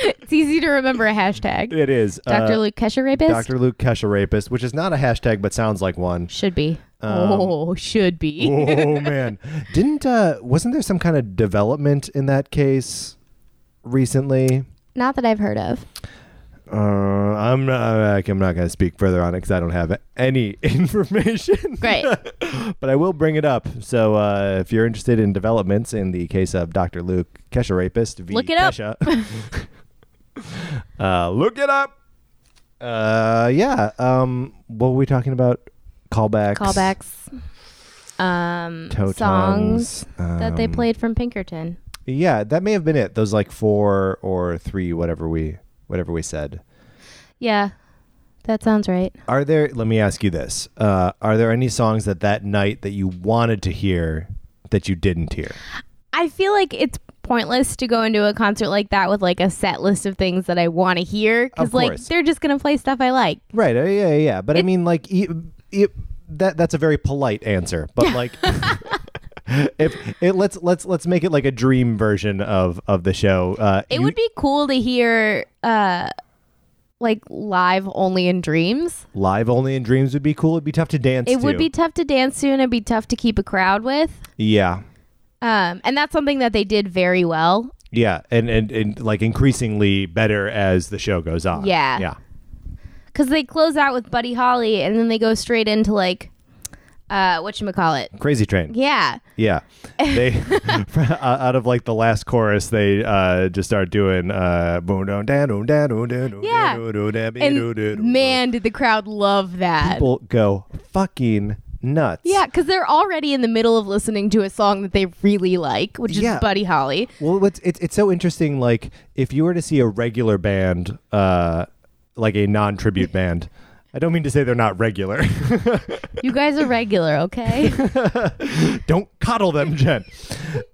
[SPEAKER 1] it's easy to remember a hashtag.
[SPEAKER 2] It is
[SPEAKER 1] Dr.
[SPEAKER 2] uh,
[SPEAKER 1] Luke Kesher rapist
[SPEAKER 2] Dr. Luke Kesha rapist, which is not a hashtag but sounds like one.
[SPEAKER 1] should be.
[SPEAKER 2] Um,
[SPEAKER 1] oh, should be.
[SPEAKER 2] oh man didn't uh wasn't there some kind of development in that case recently
[SPEAKER 1] Not that I've heard of.
[SPEAKER 2] Uh, I'm not. I'm not going to speak further on it because I don't have any information.
[SPEAKER 1] Great.
[SPEAKER 2] but I will bring it up. So uh, if you're interested in developments in the case of Dr. Luke Kesha rapist v.
[SPEAKER 1] Look it up.
[SPEAKER 2] Kesha, uh, look it up. Uh, yeah. Um, what were we talking about? Callbacks.
[SPEAKER 1] Callbacks. Um,
[SPEAKER 2] Toe-tongs,
[SPEAKER 1] songs that they
[SPEAKER 2] um,
[SPEAKER 1] played from Pinkerton.
[SPEAKER 2] Yeah, that may have been it. Those like four or three, whatever we whatever we said.
[SPEAKER 1] Yeah, that sounds right.
[SPEAKER 2] Are there? Let me ask you this: uh, Are there any songs that that night that you wanted to hear that you didn't hear?
[SPEAKER 1] I feel like it's pointless to go into a concert like that with like a set list of things that I want to hear because
[SPEAKER 2] Of
[SPEAKER 1] like
[SPEAKER 2] course.
[SPEAKER 1] they're just gonna play stuff I like.
[SPEAKER 2] Right. uh, yeah. yeah, Yeah. But I
[SPEAKER 1] It-
[SPEAKER 2] mean, like, e e- that that's a very polite answer. But like, if it, let's let's let's make it like a dream version of of the show. Uh,
[SPEAKER 1] It
[SPEAKER 2] you-
[SPEAKER 1] would be cool to hear uh like live only in dreams.
[SPEAKER 2] live only in dreams would be cool. It'd be tough to dance.
[SPEAKER 1] It would
[SPEAKER 2] to.
[SPEAKER 1] be tough to dance to and it'd be tough to keep a crowd with.
[SPEAKER 2] yeah.
[SPEAKER 1] Um and that's something that they did very well.
[SPEAKER 2] Yeah, and, and and like increasingly better as the show goes on.
[SPEAKER 1] Yeah.
[SPEAKER 2] yeah.
[SPEAKER 1] Cause they close out with Buddy Holly and then they go straight into like uh whatchamacallit.
[SPEAKER 2] Crazy Train.
[SPEAKER 1] Yeah.
[SPEAKER 2] Yeah, they uh, out of like the last chorus, they uh, just start doing uh, boom, down, down, down, down, down, down, down,
[SPEAKER 1] Yeah.
[SPEAKER 2] down, down, down, down,
[SPEAKER 1] And
[SPEAKER 2] down.
[SPEAKER 1] man did the crowd love that.
[SPEAKER 2] people go fucking nuts.
[SPEAKER 1] Yeah, because they're already in the middle of listening to a song that they really like, which
[SPEAKER 2] Yeah.
[SPEAKER 1] is Buddy Holly.
[SPEAKER 2] Well, what's it's it's so interesting. Like if you were to see a regular band, uh, like a non-tribute band. I don't mean to say they're not regular.
[SPEAKER 1] You guys are regular, okay?
[SPEAKER 2] Um, don't coddle them, Jen.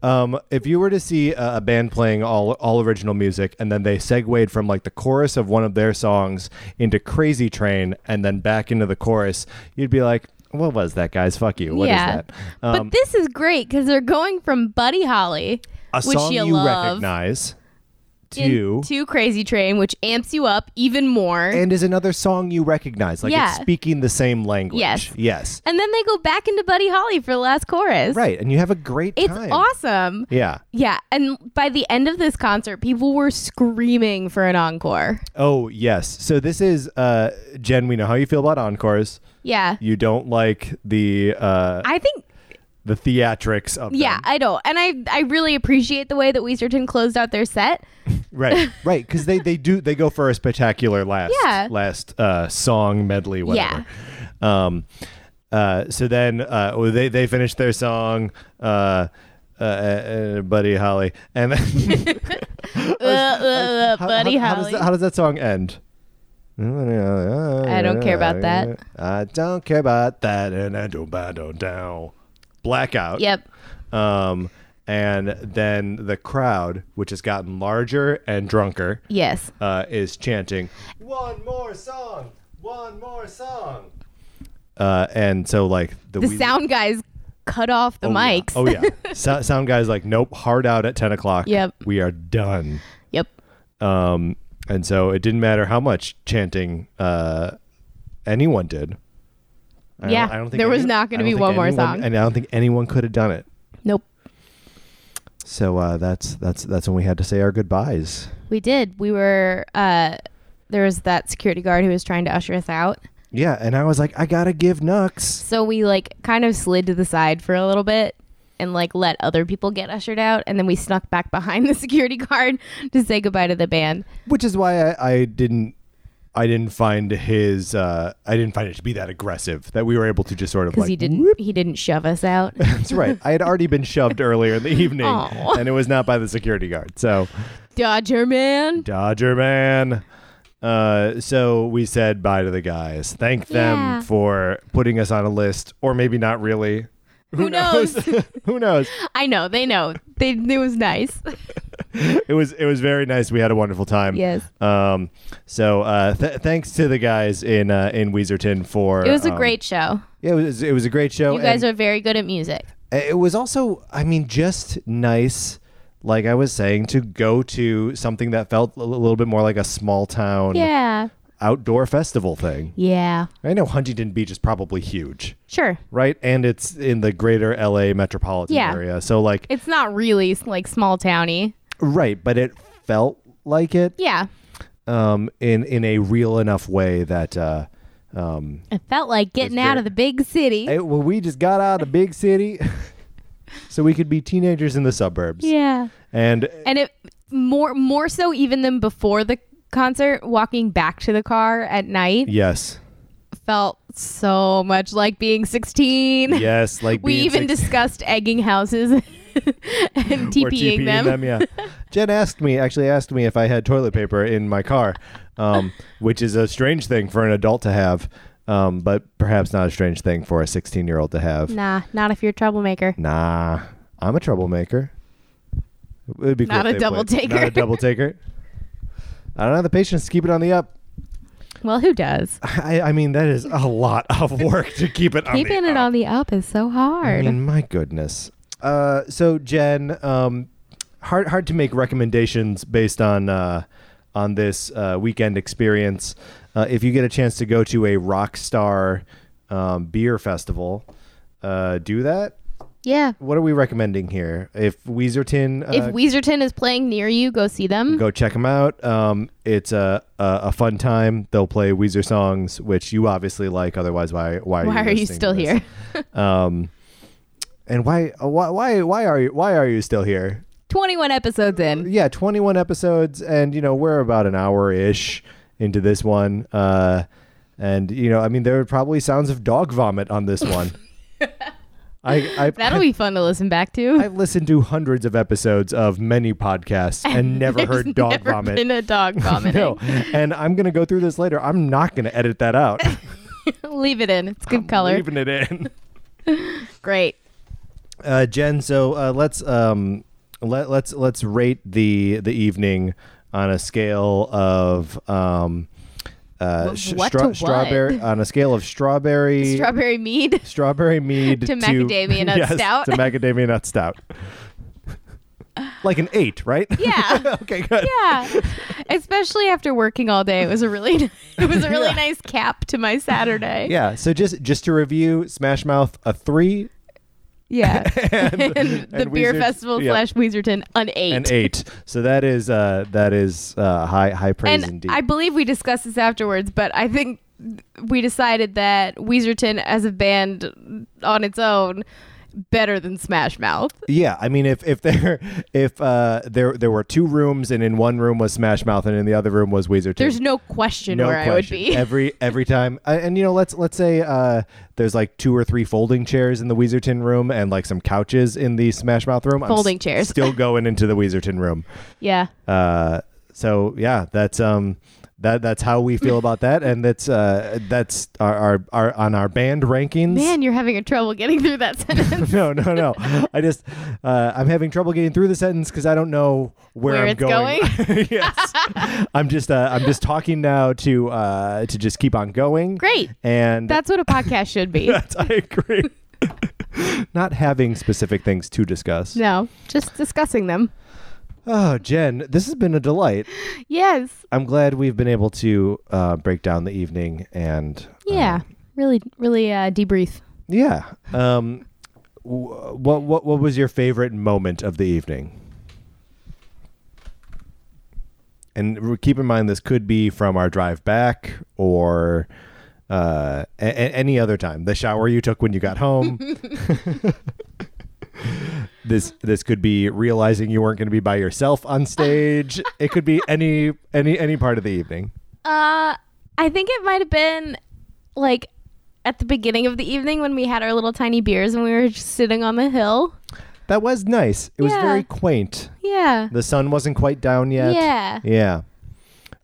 [SPEAKER 2] Um, if you were to see a, a band playing all all original music and then they segued from like the chorus of one of their songs into Crazy Train and then back into the chorus, you'd be like, "What was that, guys? Fuck you. What is
[SPEAKER 1] Yeah.
[SPEAKER 2] that?" Um,
[SPEAKER 1] but this is great because they're going from Buddy Holly,
[SPEAKER 2] a
[SPEAKER 1] which
[SPEAKER 2] song
[SPEAKER 1] you,
[SPEAKER 2] you
[SPEAKER 1] love,
[SPEAKER 2] recognize.
[SPEAKER 1] in-
[SPEAKER 2] To
[SPEAKER 1] to Crazy Train, which amps you up even more. And,
[SPEAKER 2] and is another song you recognize. Like
[SPEAKER 1] Yeah.
[SPEAKER 2] it's speaking the same language.
[SPEAKER 1] Yes.
[SPEAKER 2] Yes.
[SPEAKER 1] then they go back into Buddy Holly for the last chorus.
[SPEAKER 2] Right. And you have a great
[SPEAKER 1] It's
[SPEAKER 2] time.
[SPEAKER 1] awesome.
[SPEAKER 2] Yeah.
[SPEAKER 1] Yeah, and by the end of this concert, people were screaming for an encore.
[SPEAKER 2] Oh, yes. So this is uh Jen, we know how you feel about encores.
[SPEAKER 1] Yeah.
[SPEAKER 2] You don't like the uh
[SPEAKER 1] I think
[SPEAKER 2] the theatrics of
[SPEAKER 1] yeah,
[SPEAKER 2] them.
[SPEAKER 1] I don't. And I I really appreciate the way that Weesterton closed out their set.
[SPEAKER 2] Right. Right, cuz they they do they go for a spectacular last
[SPEAKER 1] Yeah.
[SPEAKER 2] last uh song medley whatever. Um uh so then uh well, they they finish their song uh uh, uh, Buddy Holly, and then
[SPEAKER 1] Uh, uh, uh,
[SPEAKER 2] How-
[SPEAKER 1] Buddy
[SPEAKER 2] how, how
[SPEAKER 1] Holly.
[SPEAKER 2] does that, how does that song end? I
[SPEAKER 1] don't care about that.
[SPEAKER 2] I don't care about that, and I don't I don't down. Blackout.
[SPEAKER 1] Yep.
[SPEAKER 2] Um, and then the crowd, which has gotten larger and drunker,
[SPEAKER 1] Yes.
[SPEAKER 2] uh, is chanting one more song, one more song. Uh, and so like the,
[SPEAKER 1] The
[SPEAKER 2] Weezer-
[SPEAKER 1] sound guys cut off the
[SPEAKER 2] Oh, yeah.
[SPEAKER 1] mics.
[SPEAKER 2] Oh yeah, so- sound guys like nope, hard out at ten o'clock.
[SPEAKER 1] Yep.
[SPEAKER 2] we are done.
[SPEAKER 1] Yep.
[SPEAKER 2] Um, and so it didn't matter how much chanting uh, anyone did. I
[SPEAKER 1] Yeah, there was not gonna
[SPEAKER 2] I don't
[SPEAKER 1] be
[SPEAKER 2] think
[SPEAKER 1] one more
[SPEAKER 2] anyone-
[SPEAKER 1] song.
[SPEAKER 2] and I don't think anyone could have done it.
[SPEAKER 1] Nope.
[SPEAKER 2] So uh, that's that's that's when we had to say our goodbyes.
[SPEAKER 1] We did. We were uh there was that security guard who was trying to usher us out.
[SPEAKER 2] Yeah, and I was like, I gotta give Nux.
[SPEAKER 1] So we like kind of slid to the side for a little bit and like let other people get ushered out and then we snuck back behind the security guard to say goodbye to the band.
[SPEAKER 2] which is why I, I didn't I didn't find his uh, I didn't find it to be that aggressive that we were able to just sort of
[SPEAKER 1] Because
[SPEAKER 2] like
[SPEAKER 1] he didn't
[SPEAKER 2] whoop.
[SPEAKER 1] he didn't shove us out.
[SPEAKER 2] That's right. I had already been shoved earlier in the evening,
[SPEAKER 1] Aw.
[SPEAKER 2] and it was not by the security guard. So
[SPEAKER 1] Dodger man.
[SPEAKER 2] Dodger man. Uh, so we said bye to the guys. Thank them
[SPEAKER 1] Yeah.
[SPEAKER 2] for putting us on a list, or maybe not really.
[SPEAKER 1] Who knows?
[SPEAKER 2] Who knows?
[SPEAKER 1] I know, they know. They it was nice.
[SPEAKER 2] It was it was very nice. We had a wonderful time.
[SPEAKER 1] Yes.
[SPEAKER 2] Um. So uh, th- thanks to the guys in uh, in Weezerton for
[SPEAKER 1] It was a
[SPEAKER 2] um,
[SPEAKER 1] great show.
[SPEAKER 2] Yeah, it was it was a great show.
[SPEAKER 1] You guys
[SPEAKER 2] and
[SPEAKER 1] are very good at music.
[SPEAKER 2] it was also I mean just nice like I was saying to go to something that felt a li- little bit more like a small town
[SPEAKER 1] Yeah.
[SPEAKER 2] outdoor festival thing.
[SPEAKER 1] Yeah.
[SPEAKER 2] I know Huntington Beach is probably huge,
[SPEAKER 1] Sure.
[SPEAKER 2] right? And it's in the greater LA metropolitan
[SPEAKER 1] Yeah.
[SPEAKER 2] area. So like
[SPEAKER 1] It's not really like small towny.
[SPEAKER 2] right, but it felt like it.
[SPEAKER 1] Yeah.
[SPEAKER 2] um, in in a real enough way that uh, um,
[SPEAKER 1] It felt like getting out
[SPEAKER 2] very-
[SPEAKER 1] of the big city.
[SPEAKER 2] eh, well, we just got out of the big city, so we could be teenagers in the suburbs.
[SPEAKER 1] yeah.
[SPEAKER 2] And
[SPEAKER 1] And it more more so even than before the concert, walking back to the car at night
[SPEAKER 2] yes,
[SPEAKER 1] felt so much like being 16.
[SPEAKER 2] yes, like
[SPEAKER 1] we
[SPEAKER 2] being
[SPEAKER 1] even
[SPEAKER 2] six-
[SPEAKER 1] discussed egging houses and
[SPEAKER 2] or
[SPEAKER 1] TPing them.
[SPEAKER 2] yeah. Jen asked me actually asked me if I had toilet paper in my car, um, which is a strange thing for an adult to have, um, but perhaps not a strange thing for a 16 year old to have.
[SPEAKER 1] Nah, not if you're a troublemaker.
[SPEAKER 2] Nah, I'm a troublemaker. It would be cool
[SPEAKER 1] Not
[SPEAKER 2] if
[SPEAKER 1] a
[SPEAKER 2] they
[SPEAKER 1] double
[SPEAKER 2] played-
[SPEAKER 1] taker.
[SPEAKER 2] Not a double taker. I don't have the patience to keep it on the up.
[SPEAKER 1] Well, who does?
[SPEAKER 2] I, I mean, that is a lot of work to keep it on the
[SPEAKER 1] Keeping it
[SPEAKER 2] up.
[SPEAKER 1] on the up is so hard.
[SPEAKER 2] I mean, my goodness. Uh, so Jen, um, hard hard to make recommendations based on uh, on this uh, weekend experience. Uh, if you get a chance to go to a rock star um, beer festival, uh, do that.
[SPEAKER 1] yeah.
[SPEAKER 2] What are we recommending here? If Weezerton, uh,
[SPEAKER 1] If Weezerton is playing near you, go see them.
[SPEAKER 2] go check them out. Um, it's a, a a fun time. They'll play Weezer songs, which you obviously like. Otherwise, why why are
[SPEAKER 1] Why
[SPEAKER 2] you,
[SPEAKER 1] are you
[SPEAKER 2] listening to
[SPEAKER 1] still
[SPEAKER 2] this?
[SPEAKER 1] here?
[SPEAKER 2] Um, and why uh, why why why are you why are you still here?
[SPEAKER 1] 21 episodes in.
[SPEAKER 2] Yeah, 21 episodes, and you know we're about an hour ish into this one. Uh, and you know, I mean, there are probably sounds of dog vomit on this one. I, I
[SPEAKER 1] That'll
[SPEAKER 2] I,
[SPEAKER 1] be fun to listen back to.
[SPEAKER 2] I've listened to hundreds of episodes of many podcasts and never
[SPEAKER 1] There's
[SPEAKER 2] heard dog
[SPEAKER 1] never
[SPEAKER 2] vomit.
[SPEAKER 1] Been a dog vomiting.
[SPEAKER 2] no, and I'm gonna go through this later. I'm not gonna edit that out.
[SPEAKER 1] Leave it in. It's good color.
[SPEAKER 2] Leaving it in.
[SPEAKER 1] Great.
[SPEAKER 2] uh, Jen. So uh, let's um, let let's let's rate the the evening on a scale of um, uh,
[SPEAKER 1] Wh-
[SPEAKER 2] sh-
[SPEAKER 1] what
[SPEAKER 2] stra-
[SPEAKER 1] to what?
[SPEAKER 2] strawberry on a scale of strawberry
[SPEAKER 1] Strawberry mead.
[SPEAKER 2] strawberry mead
[SPEAKER 1] To macadamia nut
[SPEAKER 2] yes,
[SPEAKER 1] stout.
[SPEAKER 2] to macadamia nut stout. like an eight, right?
[SPEAKER 1] Yeah.
[SPEAKER 2] okay, good.
[SPEAKER 1] Yeah. Especially after working all day. It was a really it was a really
[SPEAKER 2] Yeah.
[SPEAKER 1] nice cap to my Saturday.
[SPEAKER 2] Yeah, so just just to review, Smash Mouth a three,
[SPEAKER 1] Yeah.
[SPEAKER 2] and,
[SPEAKER 1] and the
[SPEAKER 2] and
[SPEAKER 1] beer
[SPEAKER 2] Weezer-
[SPEAKER 1] festival
[SPEAKER 2] yeah,
[SPEAKER 1] slash Weezerton an eight.
[SPEAKER 2] an eight. So that is uh that is uh high high praise
[SPEAKER 1] and
[SPEAKER 2] indeed.
[SPEAKER 1] I believe we discussed this afterwards, but I think we decided that Weezerton as a band on its own better than Smash Mouth.
[SPEAKER 2] Yeah, I mean, if if there if uh, there there were two rooms, and in one room was Smash Mouth, and in the other room was Weezer.
[SPEAKER 1] There's no question where I would be.
[SPEAKER 2] every every time. I, and you know, let's let's say uh, there's like two or three folding chairs in the Weezerton room, and like some couches in the Smash Mouth room. I'm
[SPEAKER 1] Folding
[SPEAKER 2] s-
[SPEAKER 1] chairs.
[SPEAKER 2] still going into the Weezerton room.
[SPEAKER 1] yeah.
[SPEAKER 2] Uh, so yeah, that's um that that's how we feel about that, and that's uh that's our our, our on our band rankings.
[SPEAKER 1] Man, you're having a trouble getting through that sentence.
[SPEAKER 2] no, no, no. I just uh, I'm having trouble getting through the sentence because I don't know where,
[SPEAKER 1] Where
[SPEAKER 2] I'm
[SPEAKER 1] it's
[SPEAKER 2] going. yes, I'm just uh, I'm just talking now to uh, to just keep on going.
[SPEAKER 1] Great.
[SPEAKER 2] and
[SPEAKER 1] That's what a podcast should be.
[SPEAKER 2] that's I agree. Not having specific things to discuss.
[SPEAKER 1] No, just discussing them.
[SPEAKER 2] Oh, Jen, this has been a delight.
[SPEAKER 1] Yes.
[SPEAKER 2] I'm glad we've been able to uh, break down the evening and
[SPEAKER 1] Yeah.
[SPEAKER 2] um,
[SPEAKER 1] really, really uh, debrief.
[SPEAKER 2] yeah. Um, wh- what what what was your favorite moment of the evening? And re- keep in mind, this could be from our drive back or uh, a- a- any other time. The shower you took when you got home. this this could be realizing you weren't going to be by yourself on stage. it could be any any any part of the evening.
[SPEAKER 1] Uh, I think it might have been like at the beginning of the evening when we had our little tiny beers and we were just sitting on the hill.
[SPEAKER 2] That was nice. It was
[SPEAKER 1] Yeah.
[SPEAKER 2] very quaint.
[SPEAKER 1] Yeah.
[SPEAKER 2] The sun wasn't quite down yet.
[SPEAKER 1] Yeah.
[SPEAKER 2] Yeah.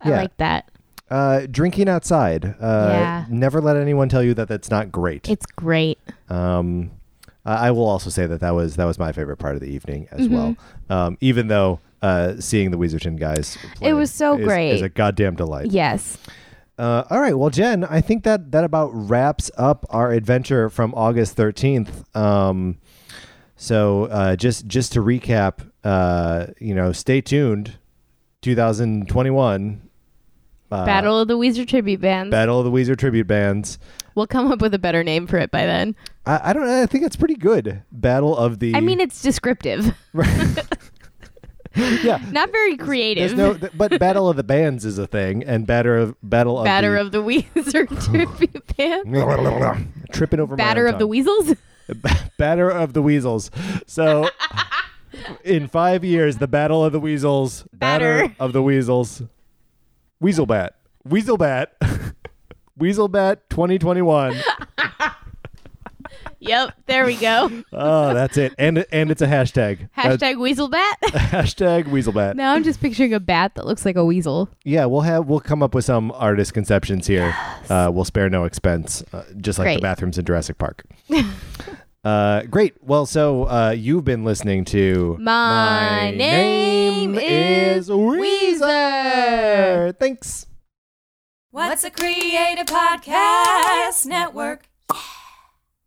[SPEAKER 1] I
[SPEAKER 2] yeah.
[SPEAKER 1] like that.
[SPEAKER 2] Uh, drinking outside. Uh,
[SPEAKER 1] Yeah.
[SPEAKER 2] Never let anyone tell you that that's not great.
[SPEAKER 1] It's great.
[SPEAKER 2] um, I I will also say that that was that was my favorite part of the evening as
[SPEAKER 1] Mm-hmm.
[SPEAKER 2] well. Um, even though uh, seeing the Weezerton guys, play
[SPEAKER 1] It was so
[SPEAKER 2] is-
[SPEAKER 1] great.
[SPEAKER 2] Is a goddamn delight.
[SPEAKER 1] Yes.
[SPEAKER 2] Uh, all right, well, Jen, I think that that about wraps up our adventure from August thirteenth. Um, so uh, just just to recap, uh, you know, stay tuned. 2021 uh,
[SPEAKER 1] Battle of the Weezer tribute bands.
[SPEAKER 2] Battle of the Weezer tribute bands.
[SPEAKER 1] we'll come up with a better name for it by then.
[SPEAKER 2] I, I don't. know, I think it's pretty good. Battle of the.
[SPEAKER 1] I mean, it's descriptive.
[SPEAKER 2] yeah.
[SPEAKER 1] Not very
[SPEAKER 2] There's
[SPEAKER 1] creative.
[SPEAKER 2] no, th- but Battle of the Bands is a thing, and Batter of Battle of
[SPEAKER 1] Batter
[SPEAKER 2] the,
[SPEAKER 1] of the Weezer tribute band.
[SPEAKER 2] tripping over
[SPEAKER 1] Batter
[SPEAKER 2] my
[SPEAKER 1] of the Weasels.
[SPEAKER 2] the Batter of the Weasels. So, in five years, the Battle of the Weasels,
[SPEAKER 1] Batter.
[SPEAKER 2] of the Weasels, Weasel Bat, Weasel Bat, Weasel Bat, 2021.
[SPEAKER 1] yep, there we go.
[SPEAKER 2] Oh, that's it, and and it's a hashtag.
[SPEAKER 1] Hashtag
[SPEAKER 2] That's-
[SPEAKER 1] Weasel Bat.
[SPEAKER 2] hashtag Weasel Bat.
[SPEAKER 1] now I'm just picturing a bat that looks like a weasel.
[SPEAKER 2] Yeah, we'll have we'll come up with some artist conceptions here. Uh, we'll spare no expense, uh, just like the
[SPEAKER 1] Great.
[SPEAKER 2] bathrooms in Jurassic Park. uh, great. Well, so uh, you've been listening to
[SPEAKER 1] My Name Is
[SPEAKER 2] Weezer. Thanks.
[SPEAKER 5] What's a creative podcast network?